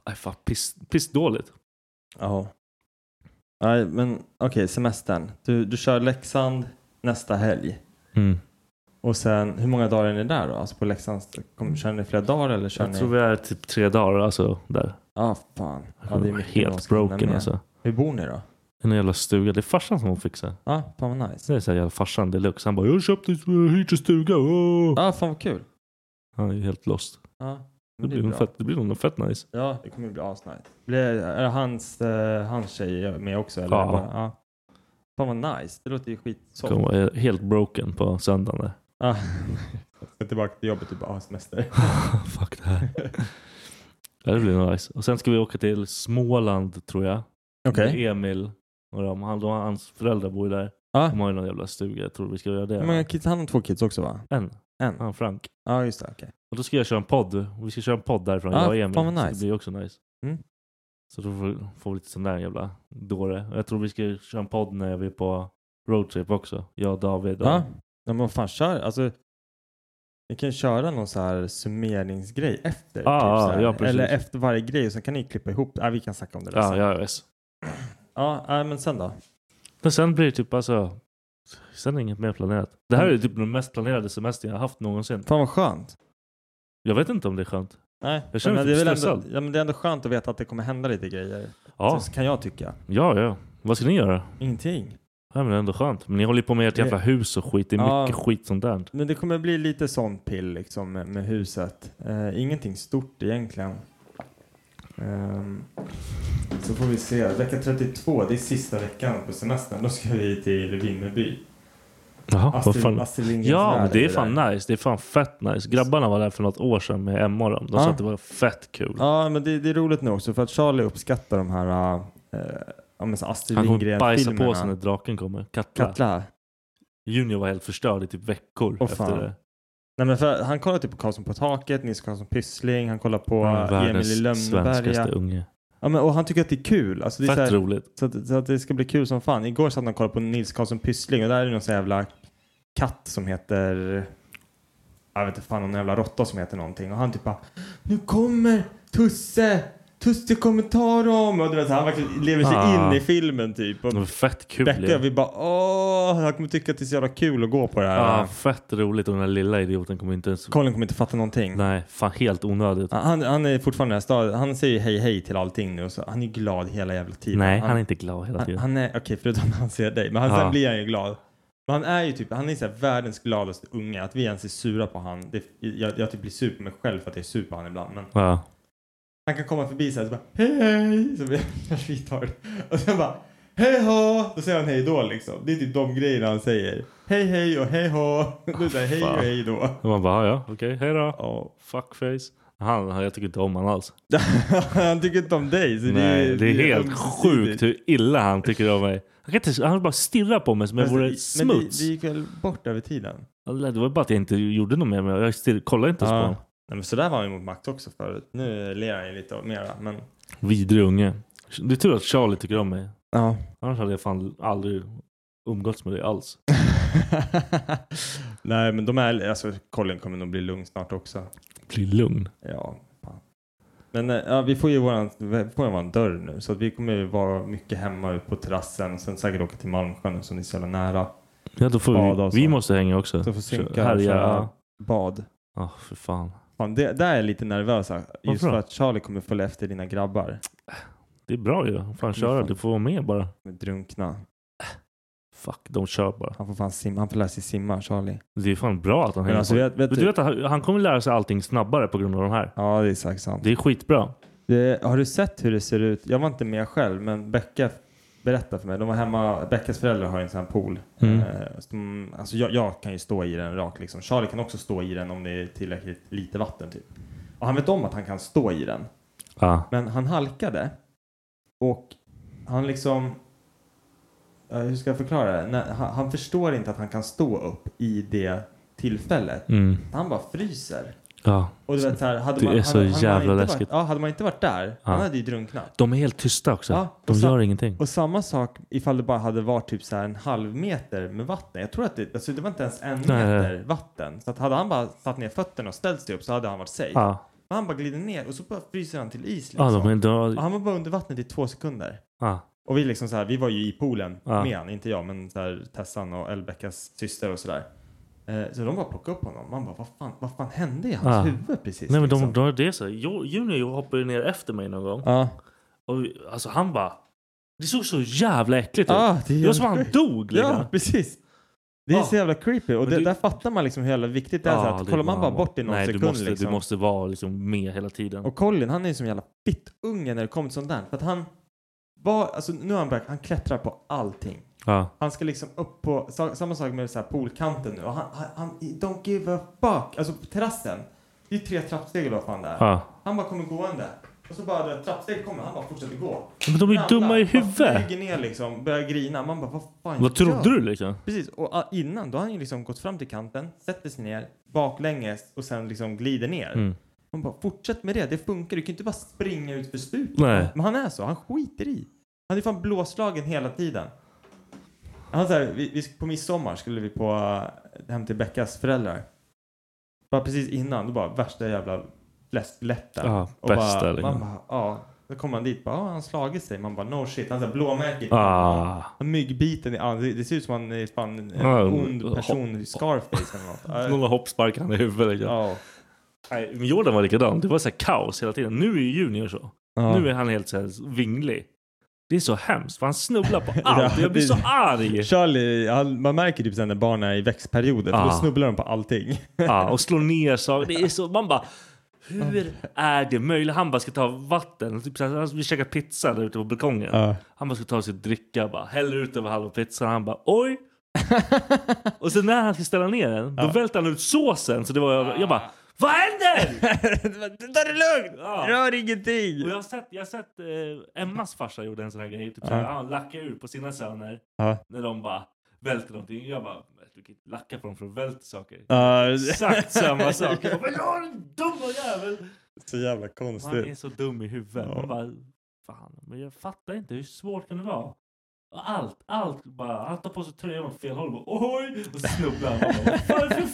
Speaker 9: Nej fan, piss, pissdåligt.
Speaker 7: Ja. Nej, men okej, semestern. Du, du kör Leksand nästa helg. Och sen, hur många dagar är ni där då? Alltså på Leksands, kom, kör ni flera dagar eller kör
Speaker 9: Jag
Speaker 7: ni?
Speaker 9: tror vi är typ tre dagar alltså där.
Speaker 7: Ja, fan. Ja, det är mycket man
Speaker 9: helt
Speaker 7: ska hinna
Speaker 9: broken
Speaker 7: med.
Speaker 9: alltså.
Speaker 7: Hur bor ni då?
Speaker 9: I någon jävla stuga. Det är farsan som fixar.
Speaker 7: Ja, fan vad nice.
Speaker 9: Så det är så här jävla farsan deluxe. Han bara jag köpte, eh, hyrt en stuga. åh."
Speaker 7: Ja, Ah, fan vad kul.
Speaker 9: Han är ju helt lost.
Speaker 7: Ja,
Speaker 9: Det
Speaker 7: men
Speaker 9: blir, nog
Speaker 7: bra.
Speaker 9: fett, det blir nog fett nice.
Speaker 7: Ja, det kommer ju bli asnice. Blir, är det hans, eh, hans tjej med också? Eller?
Speaker 9: Ja.
Speaker 7: Bara, ja. Fan vad nice. Det låter ju skitsoft.
Speaker 9: Kommer vara helt broken på söndagen där. [laughs]
Speaker 7: Ja. Jag ska tillbaka till jobbet och bara, ah, semester. [laughs]
Speaker 9: Fuck det här. ja, det blir nog nice. Och sen ska vi åka till Småland tror jag. Med Emil och de. Han, de hans föräldrar bor ju där.
Speaker 7: Ja.
Speaker 9: De har ju någon jävla stuga. Jag tror vi ska göra det.
Speaker 7: Hur många kids? Han har två kids också va?
Speaker 9: En.
Speaker 7: En? Ja,
Speaker 9: Han Frank.
Speaker 7: just det. Okej.
Speaker 9: Och då ska jag köra en podd. Vi ska köra en podd därifrån,
Speaker 7: Ah,
Speaker 9: jag och Emil.
Speaker 7: fan vad
Speaker 9: Så det
Speaker 7: nice.
Speaker 9: blir också nice.
Speaker 7: Mm.
Speaker 9: Så då får vi, får vi lite sån där jävla dåre. Och Jag tror vi ska köra en podd när vi är på roadtrip också. Jag och David. Och,
Speaker 7: Ja. ja, men vad fan kör. Alltså, ni kan ju köra någon så här summeringsgrej efter. typ
Speaker 9: Ja, ja,
Speaker 7: så här.
Speaker 9: ja, precis.
Speaker 7: Eller efter varje grej. Så kan ni klippa ihop. Ja, vi kan snacka om det där
Speaker 9: ja,
Speaker 7: sen.
Speaker 9: jag är res.
Speaker 7: Ja, nej, men sen då?
Speaker 9: Men sen blir det typ alltså... Sen är inget mer planerat. Det
Speaker 7: Mm.
Speaker 9: här är typ den mest planerade semestern jag har haft någonsin.
Speaker 7: Fan vad skönt.
Speaker 9: Jag vet inte om det är skönt.
Speaker 7: Nej,
Speaker 9: Jag känner
Speaker 7: men
Speaker 9: mig
Speaker 7: det, är
Speaker 9: typ
Speaker 7: väl ändå,
Speaker 9: stressad.
Speaker 7: ja, men det är ändå skönt att veta att det kommer hända lite grejer.
Speaker 9: Ja,
Speaker 7: Så kan jag tycka.
Speaker 9: ja, ja. Vad ska ni göra?
Speaker 7: Ingenting.
Speaker 9: Ja, men det är ändå skönt. Men ni håller ju på med ert jävla hus och skit. Det är
Speaker 7: Ja.
Speaker 9: mycket skit sånt där.
Speaker 7: Men det kommer bli lite sån pill liksom med, med huset. Eh, ingenting stort egentligen. Ehm, så får vi se. Vecka 32, det är sista veckan på semestern. Då ska vi till Vimmerby.
Speaker 9: Jaha, vad
Speaker 7: Astrid,
Speaker 9: fan.
Speaker 7: Astrid Lindgrens
Speaker 9: Ja,
Speaker 7: Värld
Speaker 9: men det är
Speaker 7: där.
Speaker 9: fan nice. Det är fan fett nice. Grabbarna var där för något år sedan med Emma och dem. De
Speaker 7: Ja.
Speaker 9: sa att det var fett kul.
Speaker 7: Ja, men det, det är roligt nu också för att Charlie uppskattar de här eh, ja, men så Astrid
Speaker 9: Han kommer bajsa på sig när
Speaker 7: Lindgren-filmerna.
Speaker 9: draken kommer. Katla.
Speaker 7: Katla.
Speaker 9: Junior var helt förstörd i typ veckor
Speaker 7: Åh,
Speaker 9: efter
Speaker 7: fan.
Speaker 9: det.
Speaker 7: Nej, men för, han kollar typ på Karlsson på taket, Nils Karlsson Pyssling, han kollar på
Speaker 9: Han är
Speaker 7: eh, Emil i
Speaker 9: världens svenskaste
Speaker 7: Lönneberga.
Speaker 9: unge.
Speaker 7: Ja, men, och han tycker att det är kul. Alltså, det är
Speaker 9: Fett
Speaker 7: så här,
Speaker 9: roligt.
Speaker 7: Så att, så att det ska bli kul som fan. Igår satt han och kollade på Nils Karlsson Pyssling och där är det någon sån jävla katt som heter... Jag vet inte fan, någon jävla råtta som heter någonting. Och han typ bara Nu kommer Tusse! Tusse kommer ta dem! Och du vet, så han verkligen lever sig
Speaker 9: Ah.
Speaker 7: in i filmen typ. Och
Speaker 9: Det var fett kul.
Speaker 7: Becka
Speaker 9: ju.
Speaker 7: vi bara åh, han kommer tycka att det är så jävla kul att gå på det här.
Speaker 9: Ja, fett roligt. Och den här lilla idioten kommer inte ens...
Speaker 7: Colin kommer inte fatta någonting.
Speaker 9: Nej, fan helt onödigt.
Speaker 7: Han, han är fortfarande i den här staden. Han säger hej hej till allting nu. och Så han är glad hela jävla tiden.
Speaker 9: Nej, han är inte glad hela
Speaker 7: Han,
Speaker 9: tiden.
Speaker 7: han är, okej förutom när han ser dig, men han,
Speaker 9: Ja.
Speaker 7: sen blir han ju glad. Men han är ju typ, han är så här världens gladaste unge. Att vi ens är sura på han, det, jag, jag typ blir sur på mig själv för att jag är sur på han ibland. Men
Speaker 9: Ja.
Speaker 7: [laughs] han kan komma förbi så här så bara hej hej, så blir jag tar det. Och sen bara hej hå! Då säger han hej då liksom. Det är typ de grejerna han säger. Hej hej och hej hå. [laughs] Då är det så här, hej och
Speaker 9: Fan.
Speaker 7: hej då.
Speaker 9: Och man bara, ja, okej, hej då.
Speaker 7: Ja.
Speaker 9: Fuckface. Han, han, jag tycker inte om han alls.
Speaker 7: [laughs] han tycker inte om dig. Så
Speaker 9: Nej, det är, helt
Speaker 7: ömsesidigt.
Speaker 9: sjukt hur illa han tycker om mig. Han, kan inte, han bara stirrar på mig som om jag
Speaker 7: Fast
Speaker 9: vore
Speaker 7: vi- Alltså, Men
Speaker 9: smuts.
Speaker 7: vi, vi gick väl bort över tiden?
Speaker 9: Alltså, Det var bara att jag inte gjorde något mer. men Jag stirr, kollade inte ens på honom.
Speaker 7: Nej, men så där var han ju mot Max också förut. Nu ler han ju lite mera. Men...
Speaker 9: Vidrig unge. Det är tur att Charlie tycker om mig.
Speaker 7: Ja.
Speaker 9: Annars hade jag fan aldrig umgåtts med dig alls.
Speaker 7: [laughs] Nej, men de är... Alltså, Colin kommer nog bli lugn snart också.
Speaker 9: Bli lugn.
Speaker 7: Ja, fan. Men eh, ja, vi får ju våran, vi får ju våran dörr nu så att vi kommer ju vara mycket hemma ute på terrassen och sen säkert åka till Malmsjön som är så jävla nära.
Speaker 9: Ja, då får
Speaker 7: Bada och så.
Speaker 9: vi, vi måste hänga också.
Speaker 7: Så får synka
Speaker 9: Här,
Speaker 7: och
Speaker 9: ja.
Speaker 7: köra bad.
Speaker 9: Ja, för fan.
Speaker 7: Fan, det, där är jag lite nervös. här. Just
Speaker 9: Varför
Speaker 7: för
Speaker 9: då?
Speaker 7: att Charlie kommer följa efter dina grabbar.
Speaker 9: Det är bra ju. Fan köra.
Speaker 7: fan.
Speaker 9: Du får vara med bara.
Speaker 7: Med drunkna.
Speaker 9: Fuck, de kör bara.
Speaker 7: Han får, fan simma, han får lära sig simma, Charlie.
Speaker 9: Det är fan bra att han
Speaker 7: Men
Speaker 9: hänger
Speaker 7: alltså,
Speaker 9: på.
Speaker 7: vet, vet
Speaker 9: Men
Speaker 7: du-
Speaker 9: du vet att han- han kommer lära sig allting snabbare på grund av de här.
Speaker 7: Ja, det är säkert sant.
Speaker 9: Det är skitbra.
Speaker 7: Det, har du sett hur det ser ut? Jag var inte med själv, men Becka berättade för mig. De var hemma, Beckas föräldrar har en sån här pool.
Speaker 9: Mm.
Speaker 7: Eh, som, alltså jag, jag kan ju stå i den rak liksom. Charlie kan också stå i den om det är tillräckligt lite vatten typ. Och han vet om att han kan stå i den.
Speaker 9: Ja.
Speaker 7: Men han halkade. Och han liksom... Ja, hur ska jag förklara det? Nej, han, han förstår inte att han kan stå upp i det tillfället.
Speaker 9: Mm.
Speaker 7: Han bara fryser.
Speaker 9: Ja.
Speaker 7: Och du vet så här, hade
Speaker 9: Det
Speaker 7: man,
Speaker 9: är så
Speaker 7: hade, hade man
Speaker 9: jävla
Speaker 7: inte
Speaker 9: läskigt.
Speaker 7: Varit, ja, hade man inte varit där, han hade ju drunknat.
Speaker 9: De är helt tysta också.
Speaker 7: Ja, och
Speaker 9: de
Speaker 7: så-
Speaker 9: gör ingenting.
Speaker 7: Och samma sak ifall det bara hade varit typ så här en halv meter med vatten. Jag tror att det, alltså det var inte ens en
Speaker 9: Nej.
Speaker 7: meter vatten. Så att hade han bara satt ner fötterna och ställt sig upp så hade han varit safe.
Speaker 9: Ja.
Speaker 7: Men han bara glider ner och så bara fryser han till is
Speaker 9: Ja,
Speaker 7: liksom.
Speaker 9: de är, de,
Speaker 7: Och han var bara under vattnet i två sekunder.
Speaker 9: ja.
Speaker 7: Och vi liksom så här, vi var ju i poolen
Speaker 9: Ja.
Speaker 7: med han, inte jag men så här, Tessan och Elbeckas syster och sådär. Eh, så de bara plockade upp honom. Man bara, vad fan, vad fan hände i hans
Speaker 9: Ja.
Speaker 7: huvud precis?
Speaker 9: Nej men
Speaker 7: liksom?
Speaker 9: de, de, det är så här. Jo- Junior hoppade ju ner efter mig någon gång.
Speaker 7: Ja.
Speaker 9: Och vi- alltså han bara. Det såg så jävla äckligt ut.
Speaker 7: Ja, det är
Speaker 9: det var Ah, som
Speaker 7: helt
Speaker 9: han
Speaker 7: sjukt.
Speaker 9: dog liksom.
Speaker 7: typ. Ja, precis. Det är
Speaker 9: Ja.
Speaker 7: så jävla creepy och
Speaker 9: Men
Speaker 7: det,
Speaker 9: det-
Speaker 7: där fattar man liksom hur jävla viktigt det är. så
Speaker 9: Ja,
Speaker 7: att,
Speaker 9: det-
Speaker 7: kollar man bara bort i någon
Speaker 9: Nej,
Speaker 7: sekund
Speaker 9: du måste,
Speaker 7: liksom.
Speaker 9: du måste vara liksom med hela tiden.
Speaker 7: Och Colin han är ju som en jävla fittunge när det kommer till sånt där. För att han var, alltså nu har han börjat, han klättrar på allting.
Speaker 9: ja.
Speaker 7: Han ska liksom upp på, sa- samma sak med så här poolkanten nu. Och han, han, han, don't give a fuck. Alltså på terrassen. Det är tre trappsteg eller vad fan det är.
Speaker 9: Ja.
Speaker 7: Han bara kommer gående. Och så bara det trappsteg kommer, han bara fortsätter gå.
Speaker 9: Men de är ju
Speaker 7: Ramlar,
Speaker 9: dumma i
Speaker 7: bara
Speaker 9: huvudet.
Speaker 7: Flyger ner liksom, börjar grina. Man bara, vad fan
Speaker 9: Vad trodde
Speaker 7: gör
Speaker 9: du liksom?
Speaker 7: Precis, och ah, innan då har han ju liksom gått fram till kanten, sätter sig ner baklänges och sen liksom glider ner.
Speaker 9: Mm.
Speaker 7: Man bara, fortsätt med det, det funkar. Du kan ju inte bara springa ut för stup.
Speaker 9: Nej.
Speaker 7: Men han är så, han skiter i. Han är fan blåslagen hela tiden. Han så här, vi, vi, på midsommar skulle vi på, eh, hem till Beckas föräldrar. Bara precis innan, då bara värsta jävla fläskläppen.
Speaker 9: Ja,
Speaker 7: Och
Speaker 9: bästa
Speaker 7: bara, man
Speaker 9: liksom.
Speaker 7: bara, ja. Då kommer han dit, bara, ja, han har slagit sig. Man bara, no shit. Han har så här blåmärken.
Speaker 9: Ah.
Speaker 7: Han Myggbiten i ansiktet. Det ser ut som han är fan en
Speaker 9: Ja,
Speaker 7: ond
Speaker 9: hopp-
Speaker 7: person i Scarface eller något. Ja,
Speaker 9: [laughs] Någon hoppsparkar han i huvudet. Liksom.
Speaker 7: Ja.
Speaker 9: Nej, men Jordan var likadan. Det var så här kaos hela tiden. Nu är ju Junior så.
Speaker 7: Ja.
Speaker 9: Nu är han helt så här vinglig. Det är så hemskt för han
Speaker 7: [laughs]
Speaker 9: snubblar på allt. Jag blir så arg.
Speaker 7: Charlie, han, man märker typ sen när barn är i växtperioder för då
Speaker 9: Ah.
Speaker 7: snubblar de på
Speaker 9: [laughs]
Speaker 7: allting.
Speaker 9: Ja, och slår ner saker. Det är så, man bara, hur är det möjligt? Han bara ska ta vatten. Typ, så här, vi käkar pizza där ute på balkongen.
Speaker 7: Ja.
Speaker 9: Han bara ska ta sig dricka. Bara, häller ut över halva pizzan. Han bara,
Speaker 7: [laughs]
Speaker 9: oj! och sen när han ska ställa ner den, då välter han ut såsen. Så det var, jag, jag bara, vad händer?
Speaker 7: [laughs] Ta det lugnt!
Speaker 9: Ja.
Speaker 7: Rör ingenting!
Speaker 9: Och jag har sett, jag har sett eh, Emmas farsa gjorde en sån här grej. Typ, såhär, Han lackade ur på sina söner
Speaker 7: Ja.
Speaker 9: när de bara välter någonting. Jag bara, du kan inte lacka på dem för att välta [laughs] saker.
Speaker 7: Ja,
Speaker 9: Exakt samma sak. Jag bara, "Men jag är en dumma jävel!
Speaker 7: [laughs] så jävla
Speaker 9: Han är
Speaker 7: konstigt.
Speaker 9: så dum i huvudet.
Speaker 7: Ja.
Speaker 9: Man bara, fan, men jag fattar inte hur svårt kan det vara? Och allt, allt bara, han tar på sig tröjan åt fel håll och bara, oj! Och snubblar han. Man bara, Vad fan är det för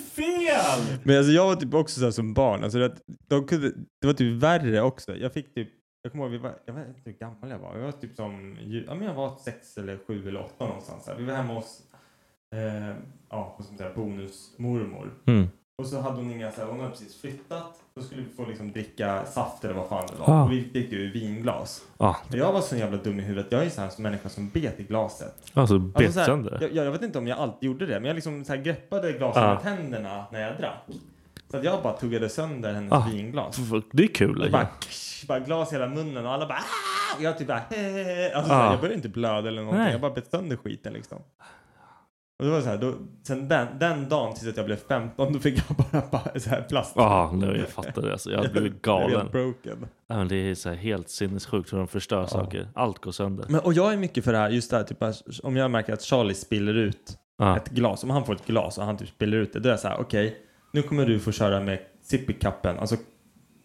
Speaker 9: fel?
Speaker 7: Men alltså jag var typ också såhär som barn. Alltså det, de kunde, det var typ värre också. Jag fick typ, jag kommer ihåg, vi var, jag vet inte hur gammal jag var. Jag var typ som, ju- ja men jag var sex eller sju eller åtta någonstans. Här. Vi var hemma hos, eh, ja vad ska man säga, bonusmormor.
Speaker 9: Mm.
Speaker 7: Och så hade hon inga, så här, hon hade precis flyttat. Då skulle vi få liksom dricka saft eller vad fan det var.
Speaker 9: Ah.
Speaker 7: Och vi fick ju vinglas.
Speaker 9: Ah.
Speaker 7: Men jag var så jävla dum i huvudet. Jag är ju sån här som människa som bet i glaset.
Speaker 9: Alltså,
Speaker 7: Alltså så här, jag, jag vet inte om jag alltid gjorde det, men jag liksom så här greppade glaset
Speaker 9: Ja.
Speaker 7: med tänderna när jag drack. Så att jag bara tuggade sönder hennes
Speaker 9: Ah.
Speaker 7: vinglas.
Speaker 9: Det är kul. liksom.
Speaker 7: Det bara, bara glas i hela munnen och alla bara "Ah!" Och jag typ bara "Hehehe." alltså, så
Speaker 9: Ah.
Speaker 7: här, Jag började inte blöda eller någonting.
Speaker 9: Nej.
Speaker 7: Jag bara bet sönder skiten liksom. Och det var så här, då, sen den, den dagen tills att jag blev 15 då fick jag bara, bara så här plast.
Speaker 9: Ja, Ah, nu jag fattar det. Alltså, jag hade blivit
Speaker 7: [laughs] blev
Speaker 9: galen.
Speaker 7: helt broken.
Speaker 9: Ja, men det är så här helt sinnessjukt hur de förstör saker. Allt går sönder.
Speaker 7: Men, och jag är mycket för det här, just det här, typ, att om jag märker att Charlie spiller ut
Speaker 9: Ja.
Speaker 7: ett glas, om han får ett glas och han typ spiller ut det, då är jag så här, okej, nu kommer du få köra med sippikappen, alltså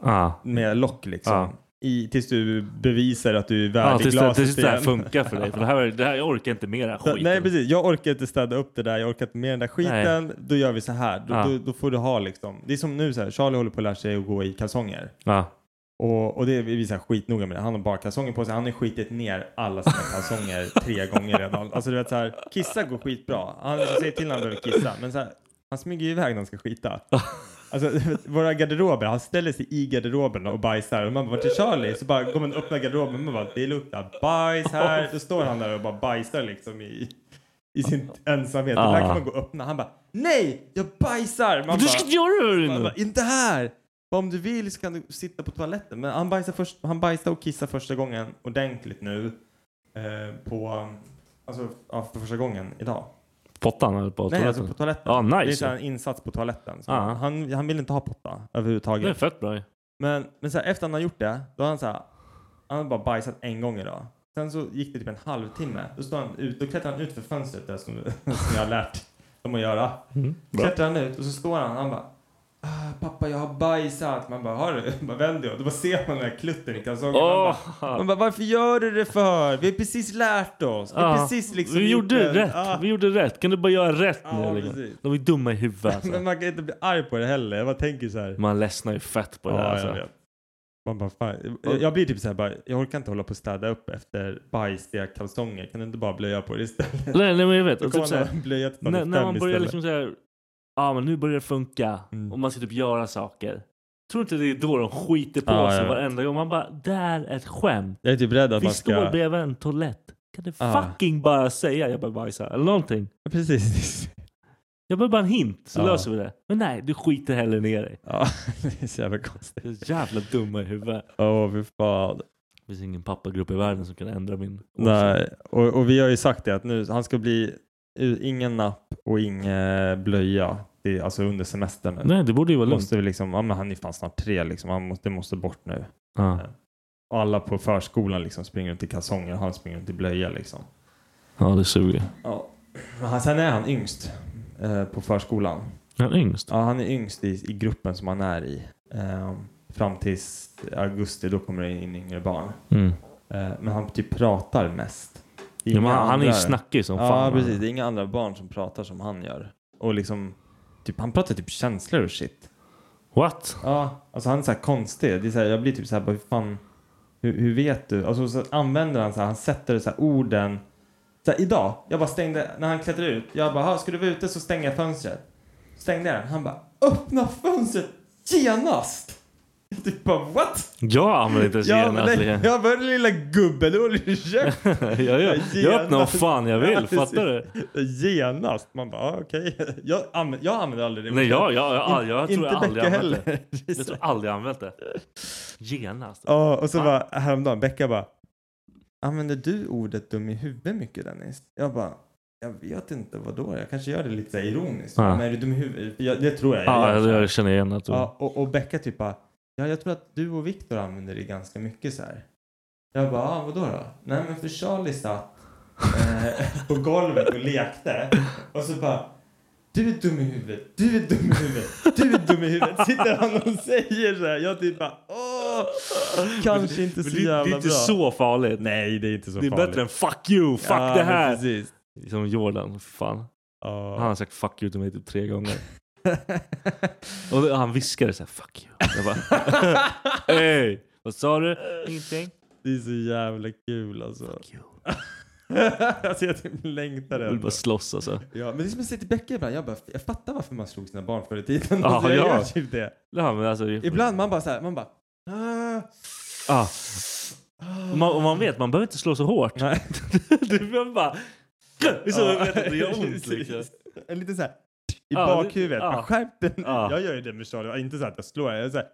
Speaker 9: Ja.
Speaker 7: med lock liksom.
Speaker 9: Ja.
Speaker 7: I, tills du bevisar att du är
Speaker 9: Ja,
Speaker 7: värd i
Speaker 9: tills det,
Speaker 7: glaset
Speaker 9: tills det här
Speaker 7: igen.
Speaker 9: funkar för dig. För det här, det här, jag orkar inte mer den här skiten.
Speaker 7: Nej precis, jag orkar inte städa upp det där, jag orkar inte med den där skiten. Då gör vi så här, då,
Speaker 9: Ja.
Speaker 7: då, då får du ha liksom. Det är som nu så här, Charlie håller på att lära sig att gå i kalsonger.
Speaker 9: Ja.
Speaker 7: Och, och det är vi så här skitnoga med det. Han har bara kalsonger på sig. Han har skitit ner alla sina
Speaker 9: [laughs]
Speaker 7: kalsonger tre gånger redan. Alltså du vet så här, kissa går skitbra. Han liksom säger till när han behöver kissa, men så här, han smyger ju iväg när han ska skita. Alltså [laughs] våra garderober, han ställer sig i garderoben och bajsar. Och man bara, vart är Charlie? Så bara går man och öppnar garderoben och man bara, det luktar bajs här. Då står han där och bara bajsar liksom i, i sin ensamhet. Och där kan man gå och öppna. Han bara, nej, jag bajsar! Man
Speaker 9: Du
Speaker 7: bara,
Speaker 9: ska göra det
Speaker 7: man
Speaker 9: nu!
Speaker 7: bara, inte här! Bara, Om du vill så kan du sitta på toaletten. Men han bajsade, först, han bajsade och kissade första gången ordentligt nu. Eh, på, alltså, ja, för första gången idag.
Speaker 9: Pottan eller på
Speaker 7: Nej, alltså
Speaker 9: toaletten?
Speaker 7: på toaletten.
Speaker 9: Ja, nice.
Speaker 7: Det är så här en insats på toaletten. Så
Speaker 9: Ja.
Speaker 7: han, han vill inte ha potta
Speaker 9: Det är
Speaker 7: överhuvudtaget.
Speaker 9: fett bra ju.
Speaker 7: Men, men så här, efter han har gjort det, då har han så här, han har bara bajsat en gång idag. Sen så gick det typ en halvtimme. Då, står han ut, då klättrar han ut för fönstret där som, [laughs] som jag har lärt dem att göra.
Speaker 9: Bra.
Speaker 7: Klättrar han ut och så står han han bara ah, Pappa jag har bajsat. Man bara har du? Man vänder jag. Då bara ser man den här klutten i kalsongen. Man bara, man bara varför gör du det för? Vi har precis lärt oss. Vi har
Speaker 9: Ja.
Speaker 7: precis liksom
Speaker 9: vi gjorde
Speaker 7: gjort en-
Speaker 9: rätt.
Speaker 7: Ah.
Speaker 9: Vi gjorde rätt. Kan du bara göra rätt
Speaker 7: Ja,
Speaker 9: nu? Liksom?
Speaker 7: precis.
Speaker 9: De är dumma i huvudet alltså.
Speaker 7: [laughs] Men man kan inte bli arg på det heller. Jag bara tänker så här.
Speaker 9: Man ledsnar ju fett på det
Speaker 7: Ja,
Speaker 9: där
Speaker 7: jag
Speaker 9: alltså.
Speaker 7: vet. Man bara, fan. Jag- Jag blir typ så här bara, jag orkar inte hålla på och städa upp efter bajsiga kalsonger. Kan du inte bara blöja på det istället?
Speaker 9: Nej, nej men jag vet.
Speaker 7: Då
Speaker 9: Och
Speaker 7: kommer
Speaker 9: typ
Speaker 7: man
Speaker 9: så här,
Speaker 7: ha en blöja till
Speaker 9: när, när
Speaker 7: 45
Speaker 9: man
Speaker 7: istället.
Speaker 9: börjar liksom såhär, ja ah, men nu börjar det funka.
Speaker 7: Mm.
Speaker 9: Och man ska typ göra saker. Tror inte det är då de skiter på
Speaker 7: Ja, jag
Speaker 9: sig
Speaker 7: vet.
Speaker 9: varenda gång. Man bara, där är ett skämt.
Speaker 7: Jag är typ rädd att
Speaker 9: Vi
Speaker 7: man ska...
Speaker 9: står bredvid en toalett. Kan du
Speaker 7: Ja.
Speaker 9: fucking bara säga jag behöver bajsa? Eller någonting.
Speaker 7: Ja, [laughs] Precis.
Speaker 9: Jag behöver bara en hint så
Speaker 7: Ja.
Speaker 9: löser vi det. Men nej, du skiter hellre ner dig.
Speaker 7: Ja, [laughs] det är så jävla konstigt.
Speaker 9: Det är så jävla dumma i huvudet.
Speaker 7: Åh, fy fan.
Speaker 9: Det finns ingen pappagrupp i världen som kan ändra min åsikt.
Speaker 7: Nej, och, och vi har ju sagt det att nu, han ska bli u- ingen napp och ingen eh, blöja. Det är alltså under semestern nu.
Speaker 9: Nej, det borde ju vara lugnt.
Speaker 7: Måste vi liksom, ja men han är fan snart tre liksom, han måste, det måste bort nu.
Speaker 9: Ja.
Speaker 7: Och alla på förskolan liksom springer runt i kalsonger och han springer runt i blöja liksom.
Speaker 9: ja, det suger.
Speaker 7: Ja. Men han- Sen är han yngst eh, på förskolan.
Speaker 9: Han är yngst.
Speaker 7: Ja, han är yngst i, i gruppen som han är i. Eh, fram tills augusti, då kommer det in yngre barn.
Speaker 9: Mm.
Speaker 7: Eh, men han typ pratar mest. Det
Speaker 9: Ja, men
Speaker 7: inga
Speaker 9: han, han är ju
Speaker 7: andra-
Speaker 9: snackig som
Speaker 7: ja,
Speaker 9: fan.
Speaker 7: precis. Det är inga andra barn som pratar som han gör. Och liksom, typ, han pratar typ känslor och shit.
Speaker 9: What?
Speaker 7: Ja, alltså han är så här konstig. Det är så här, jag blir typ så här, bara, hur fan, hur, hur vet du? Alltså så använder han så här, han sätter så här orden. Så här, idag, jag bara stängde, när han klättrade ut, jag bara, "Ha, ska du vara ute så stänger jag fönstret. Stängde jag den, han bara, öppna fönstret genast! Jag typ bara, what?
Speaker 9: Jag använder inte ens
Speaker 7: Jag, [laughs]
Speaker 9: genast.
Speaker 7: nej,
Speaker 9: liksom.
Speaker 7: jag bara, lilla gubbe, du håller i käften.
Speaker 9: Jag gör- jag öppnar vad fan jag
Speaker 7: Ja,
Speaker 9: vill.
Speaker 7: precis.
Speaker 9: Fattar du?
Speaker 7: Genast. Man bara, ah, okej. [laughs] Jag, anv- jag använder aldrig det
Speaker 9: Nej,
Speaker 7: ordet.
Speaker 9: jag, jag, jag, jag, jag
Speaker 7: In-
Speaker 9: tror jag
Speaker 7: inte
Speaker 9: aldrig
Speaker 7: Becka
Speaker 9: använt det. [laughs]
Speaker 7: heller. Det är
Speaker 9: Jag
Speaker 7: så-
Speaker 9: tror aldrig jag använt det. Genast.
Speaker 7: [laughs] Ja, och så
Speaker 9: Ah.
Speaker 7: bara häromdagen, Becka bara, använder du ordet dum i huvudet mycket Dennis? Jag bara, jag vet inte vad då. Jag kanske gör det lite så här ironiskt.
Speaker 9: Ah.
Speaker 7: Men är du dum i huvudet? För Jag, det tror jag.
Speaker 9: Ja,
Speaker 7: gör.
Speaker 9: jag, jag känner igen att du...
Speaker 7: Ja, och, och Becka typ bara, ja jag tror att du och Viktor använder det ganska mycket så här. Jag bara, ah, vadå då? Nej men för Charlie satt eh, [laughs] på golvet och lekte och så bara, du är dum i huvudet, du är dum i huvudet, du är dum i huvudet. Sitter han och säger så här. Jag typ bara, åh, kanske inte
Speaker 9: Men
Speaker 7: så
Speaker 9: det,
Speaker 7: jävla
Speaker 9: det är inte
Speaker 7: bra.
Speaker 9: så farligt.
Speaker 7: Nej, det är inte så
Speaker 9: det är
Speaker 7: farligt.
Speaker 9: bättre än fuck you, fuck
Speaker 7: Ja,
Speaker 9: det
Speaker 7: men
Speaker 9: här.
Speaker 7: Precis.
Speaker 9: Som Jordan, för fan.
Speaker 7: Ja.
Speaker 9: Han har sagt fuck you till mig typ
Speaker 7: [laughs]
Speaker 9: tre gånger. Och det- han viskade så här fuck you. Jag bara [laughs] hey, vad sa du? Ingenting.
Speaker 7: Det är så jävla kul alltså.
Speaker 9: Fuck you.
Speaker 7: [laughs] alltså jag typ längtar
Speaker 9: Jag vill
Speaker 7: ändå.
Speaker 9: bara slåss alltså.
Speaker 7: Ja, men det är som jag säger till Becka ibland. Jag, bara, jag fattar varför man slog sina barn förr i tiden.
Speaker 9: Ja,
Speaker 7: alltså, jag
Speaker 9: ja.
Speaker 7: gör typ det.
Speaker 9: Ja, men alltså det-
Speaker 7: Ibland man bara så här, man bara... "Ah."
Speaker 9: Ja. Och man, och man vet, man behöver inte slå så hårt. [laughs]
Speaker 7: Nej.
Speaker 9: du behöver bara... Så
Speaker 7: Ja.
Speaker 9: vet att det [laughs] gör ont liksom.
Speaker 7: Precis. En liten så här... I
Speaker 9: Ja,
Speaker 7: bakhuvudet.
Speaker 9: det- ja.
Speaker 7: Bara, Skärp dig nu.
Speaker 9: Ja.
Speaker 7: [laughs] Jag gör ju det med Charlie. Inte så att jag slår. Jag är så här,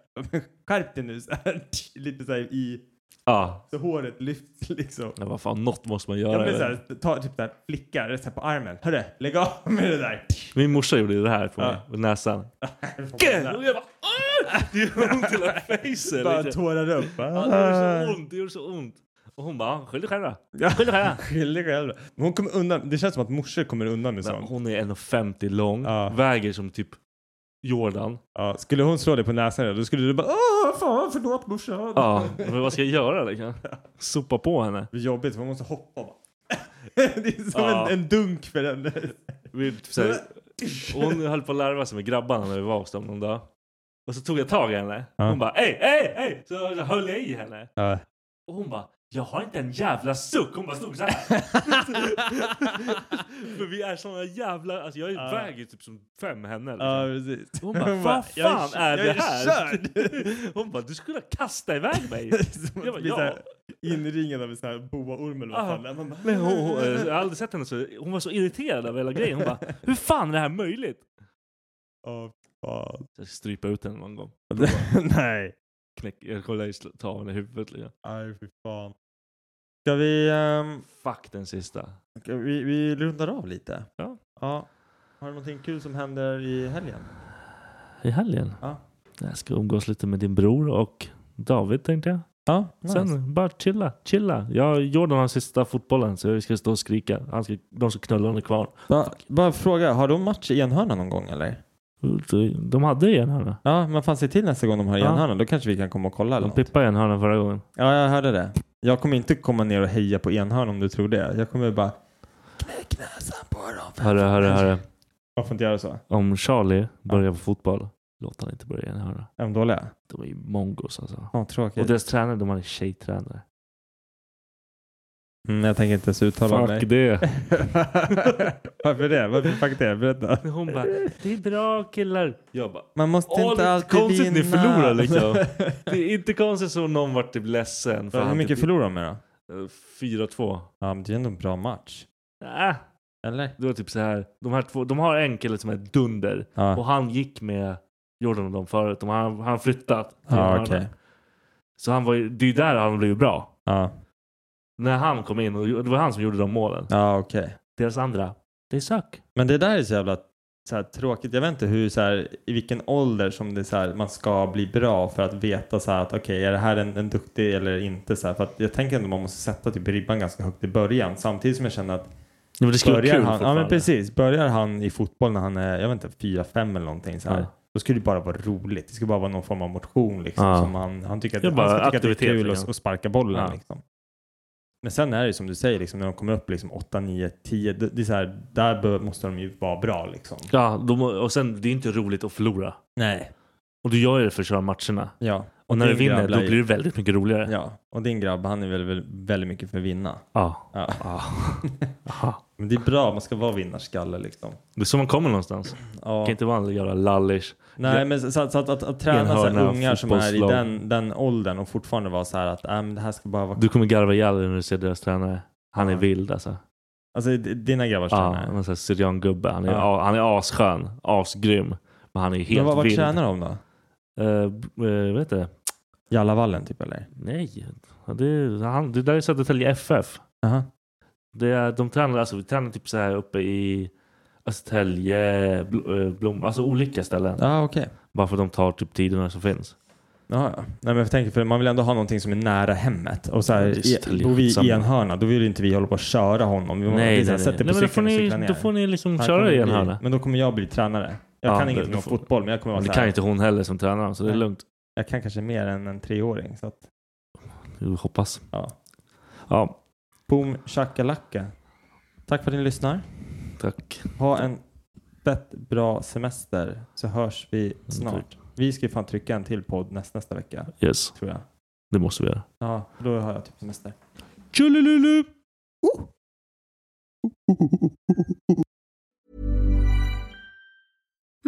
Speaker 7: skärp dig nu. Så här, lite så här i
Speaker 9: Ja.
Speaker 7: Så håret lyfts liksom.
Speaker 9: Men vad fan, något måste man göra.
Speaker 7: Jag blir
Speaker 9: eller?
Speaker 7: såhär, ta typ där, flickar så här på armen. Hörru, lägg av med det där.
Speaker 9: Min morsa gjorde ju det här på
Speaker 7: Ja.
Speaker 9: mig,
Speaker 7: [laughs]
Speaker 9: med näsan.
Speaker 7: Där.
Speaker 9: Och jag bara "Åh!" Det gör ont i hela fejsen.
Speaker 7: Bara
Speaker 9: liksom.
Speaker 7: tårar upp.
Speaker 9: Ja, det gjorde så ont, det gjorde så ont. Och hon bara, skyll dig själv då.
Speaker 7: [laughs] Ja.
Speaker 9: Skyll dig själv.
Speaker 7: Skyll dig själv. Men Hon kommer undan. Det känns som att morsor kommer undan med
Speaker 9: Men
Speaker 7: sånt.
Speaker 9: hon är 1,50 lång,
Speaker 7: Ja.
Speaker 9: väger som typ Jordan.
Speaker 7: Ja, skulle hon slå dig på näsan då skulle du bara Åh, fan förlåt morsan.
Speaker 9: Ja, men vad ska jag göra
Speaker 7: [laughs]
Speaker 9: liksom? Sopa på henne.
Speaker 7: Det är jobbigt för man måste hoppa bara. [laughs] Det är som
Speaker 9: Ja.
Speaker 7: en, en dunk för henne.
Speaker 9: Vi, typ, så här, hon höll på att larva sig med grabbarna när vi var hos dem någon dag. Och så tog jag tag i henne.
Speaker 7: Ja.
Speaker 9: Hon bara ej, ej, ej! Så så höll jag i henne.
Speaker 7: Ja.
Speaker 9: Och hon bara jag har inte en jävla suck. Hon bara
Speaker 7: [laughs]
Speaker 9: stod så här. [laughs] För vi är såna jävla... Alltså jag
Speaker 7: Ja.
Speaker 9: väger typ som fem henne. Liksom.
Speaker 7: Ja, precis.
Speaker 9: Hon bara, vad
Speaker 7: jag
Speaker 9: fan är
Speaker 7: jag
Speaker 9: det här? [laughs]
Speaker 7: körd.
Speaker 9: Hon bara, du skulle ha kastat iväg mig.
Speaker 7: Som
Speaker 9: Jag
Speaker 7: att
Speaker 9: bara,
Speaker 7: bli så
Speaker 9: ja.
Speaker 7: här inringad av en sån här boaorm eller vad
Speaker 9: Ja.
Speaker 7: fan det är. Man bara,
Speaker 9: Men hon, hon, eh, jag har aldrig sett henne så... Hon var så irriterad över hela grejen. Hon bara, hur fan är det här möjligt?
Speaker 7: Åh,
Speaker 9: [laughs]
Speaker 7: fan.
Speaker 9: Så jag ska strypa ut henne någon gång.
Speaker 7: Nej.
Speaker 9: Knäck, jag kommer att slå- ta av henne i huvudet. Liksom.
Speaker 7: Aj, fy fan. Ska vi, ehm,
Speaker 9: Fuck den sista.
Speaker 7: ska vi, vi rundar av lite?
Speaker 9: Ja.
Speaker 7: Har du någonting kul som händer i helgen?
Speaker 9: I helgen?
Speaker 7: Ja.
Speaker 9: Jag ska umgås lite med din bror och David tänkte jag.
Speaker 7: Ja,
Speaker 9: Sen bara chilla, chilla. Jag, Jordan har sista fotbollen så vi ska stå och skrika. Han ska, de ska knulla under kvar.
Speaker 7: Ba, bara fråga, har de match i enhörna någon gång eller?
Speaker 9: De hade ju en hörna.
Speaker 7: Ja, men fan se till nästa gång de har
Speaker 9: Ja.
Speaker 7: enhörna. Då kanske vi kan komma och kolla eller
Speaker 9: De
Speaker 7: något.
Speaker 9: pippade en hörna förra gången.
Speaker 7: Ja, jag hörde det. Jag kommer inte komma ner och heja på enhörna om du tror det. Jag kommer bara knäck näsan på dem.
Speaker 9: Hörru, [laughs] hörru, hörru.
Speaker 7: Man får inte göra så.
Speaker 9: Om Charlie börjar på fotboll, låt han inte börja i en hörna.
Speaker 7: Är de dåliga?
Speaker 9: De är ju mongos alltså.
Speaker 7: Ja, tråkigt.
Speaker 9: Och deras tränare, de hade tjejtränare.
Speaker 7: Mm, jag tänker inte ens uttala mig. [laughs]
Speaker 9: Fuck det.
Speaker 7: Varför det? Varför fuck det? Berätta.
Speaker 9: [laughs] Hon bara, det är bra killar. Jag bara,
Speaker 7: Man måste
Speaker 9: Åh, det
Speaker 7: inte
Speaker 9: är
Speaker 7: alltid
Speaker 9: konstigt
Speaker 7: vinna.
Speaker 9: ni
Speaker 7: [laughs]
Speaker 9: förlorar, liksom. det är inte konstigt som någon vart typ ledsen.
Speaker 7: Hur
Speaker 9: han
Speaker 7: mycket
Speaker 9: typ,
Speaker 7: förlorar de med då?
Speaker 9: Eh, 4-2.
Speaker 7: Ja, men det är ändå en bra match.
Speaker 9: Äh,
Speaker 7: Eller?
Speaker 9: det var typ så här. De, här två, de har en kille som är dunder. Och
Speaker 7: Ja,
Speaker 9: han gick med Jordan och dem förut. De, han han har flyttat. till
Speaker 7: ja
Speaker 9: Malmö.
Speaker 7: okej.
Speaker 9: Så han var, ju- det är ju där han blev bra.
Speaker 7: Ja,
Speaker 9: När han kom in, och det var han som gjorde de målen.
Speaker 7: ja okej.
Speaker 9: Deras andra, det sök.
Speaker 7: Men det där är så jävla så här, tråkigt. Jag vet inte hur, så här, i vilken ålder som det är så här, man ska bli bra för att veta så här, att okej, är det här en, en duktig eller inte? Så här, för att jag tänker ändå man måste sätta typ ribban ganska högt i början. Samtidigt som jag känner att
Speaker 9: Ja, men det skulle vara
Speaker 7: börjar
Speaker 9: kul
Speaker 7: han, ja,
Speaker 9: fortfarande.
Speaker 7: men precis, börjar han i fotboll när han är jag vet inte, fyra fem eller någonting så här.
Speaker 9: Ja.
Speaker 7: Då skulle det bara vara roligt. Det skulle bara vara någon form av motion. Liksom,
Speaker 9: Ja.
Speaker 7: som han, han tycker att,
Speaker 9: Det är bara
Speaker 7: han ska tycka att det
Speaker 9: aktivitet,
Speaker 7: är kul att,
Speaker 9: liksom.
Speaker 7: att sparka bollen.
Speaker 9: Ja.
Speaker 7: Liksom. Men sen är det ju som du säger, liksom, när de kommer upp liksom, 8, 9, 10. Det det är så här, där bör, måste de ju vara bra. Liksom.
Speaker 9: Ja, de, och sen det är inte roligt att förlora.
Speaker 7: Nej.
Speaker 9: Och du gör det för att köra matcherna.
Speaker 7: Ja.
Speaker 9: Och när du
Speaker 7: din
Speaker 9: vinner,
Speaker 7: grabb
Speaker 9: då
Speaker 7: lär ju-
Speaker 9: blir det väldigt mycket roligare.
Speaker 7: Ja, och din grabb, han är väl, väl väldigt mycket för att vinna.
Speaker 9: Ja.
Speaker 7: Ja.
Speaker 9: Aha.
Speaker 7: Men det är bra, man ska vara vinnarskalle liksom.
Speaker 9: Det är så man kommer någonstans.
Speaker 7: Ja.
Speaker 9: Kan inte vara en jävla lallish.
Speaker 7: Nej,
Speaker 9: Ja.
Speaker 7: men så, så att, så att, att, att träna så
Speaker 9: Enhörna,
Speaker 7: här ungar som är i
Speaker 9: fotbollslag.
Speaker 7: den, den åldern och fortfarande vara så här att äh, men det här ska bara vara...
Speaker 9: Du kommer garva ihjäl dig när du ser deras tränare. Han är
Speaker 7: Ja.
Speaker 9: vild alltså.
Speaker 7: Alltså d- dina grabbars
Speaker 9: Ja,
Speaker 7: tränare.
Speaker 9: han är en sån här syriangubbe. Han är,
Speaker 7: Ja.
Speaker 9: han är asskön, asgrym. Men han är helt
Speaker 7: Men vad, vad
Speaker 9: vild.
Speaker 7: tränar de då?
Speaker 9: Eh, b- eh, vad heter det?
Speaker 7: Jallavallen typ eller?
Speaker 9: Nej, det, är- han, det där är Södertälje FF.
Speaker 7: Aha.
Speaker 9: Det är, de tränar, alltså, vi tränar typ så här uppe i Östertälje, Bl- eh, Blom, alltså olika ställen.
Speaker 7: Ja, ah, okej.
Speaker 9: Bara för att de tar typ tiderna som finns.
Speaker 7: Ja, ja. Nej, men jag tänker för man vill ändå ha någonting som är nära hemmet. Och så här,
Speaker 9: Ja, det är så
Speaker 7: i-
Speaker 9: tälje-
Speaker 7: bor vi i
Speaker 9: skitsamma.
Speaker 7: en hörna, då vill inte vi hålla på och köra honom. Vi
Speaker 9: Nej,
Speaker 7: måste
Speaker 9: nej,
Speaker 7: så här,
Speaker 9: nej.
Speaker 7: sätta
Speaker 9: nej
Speaker 7: på
Speaker 9: men då får
Speaker 7: cykeln och
Speaker 9: ni,
Speaker 7: cykla ner.
Speaker 9: då får ni liksom
Speaker 7: Här kommer
Speaker 9: köra
Speaker 7: det
Speaker 9: igen
Speaker 7: bli-
Speaker 9: hörna.
Speaker 7: Men då kommer jag bli tränare. Jag
Speaker 9: Ja,
Speaker 7: kan
Speaker 9: det-
Speaker 7: ingenting
Speaker 9: det
Speaker 7: om
Speaker 9: får-
Speaker 7: fotboll, men jag kommer vara
Speaker 9: Det
Speaker 7: så
Speaker 9: kan
Speaker 7: här,
Speaker 9: inte hon heller som tränar dem, så det är
Speaker 7: Nej.
Speaker 9: lugnt.
Speaker 7: jag kan kanske mer än en treåring. Så att,
Speaker 9: Vi hoppas.
Speaker 7: ja.
Speaker 9: Ja,
Speaker 7: Boom shakalaka. Tack för att ni lyssnar.
Speaker 9: tack.
Speaker 7: Ha en fett bra semester så hörs vi snart. Vi ska ju fan trycka en till podd näst, nästa vecka
Speaker 9: Yes,
Speaker 7: tror jag.
Speaker 9: det måste vi göra.
Speaker 7: Ja, då har jag typ semester.
Speaker 9: Tjolilulu!
Speaker 4: Ooh.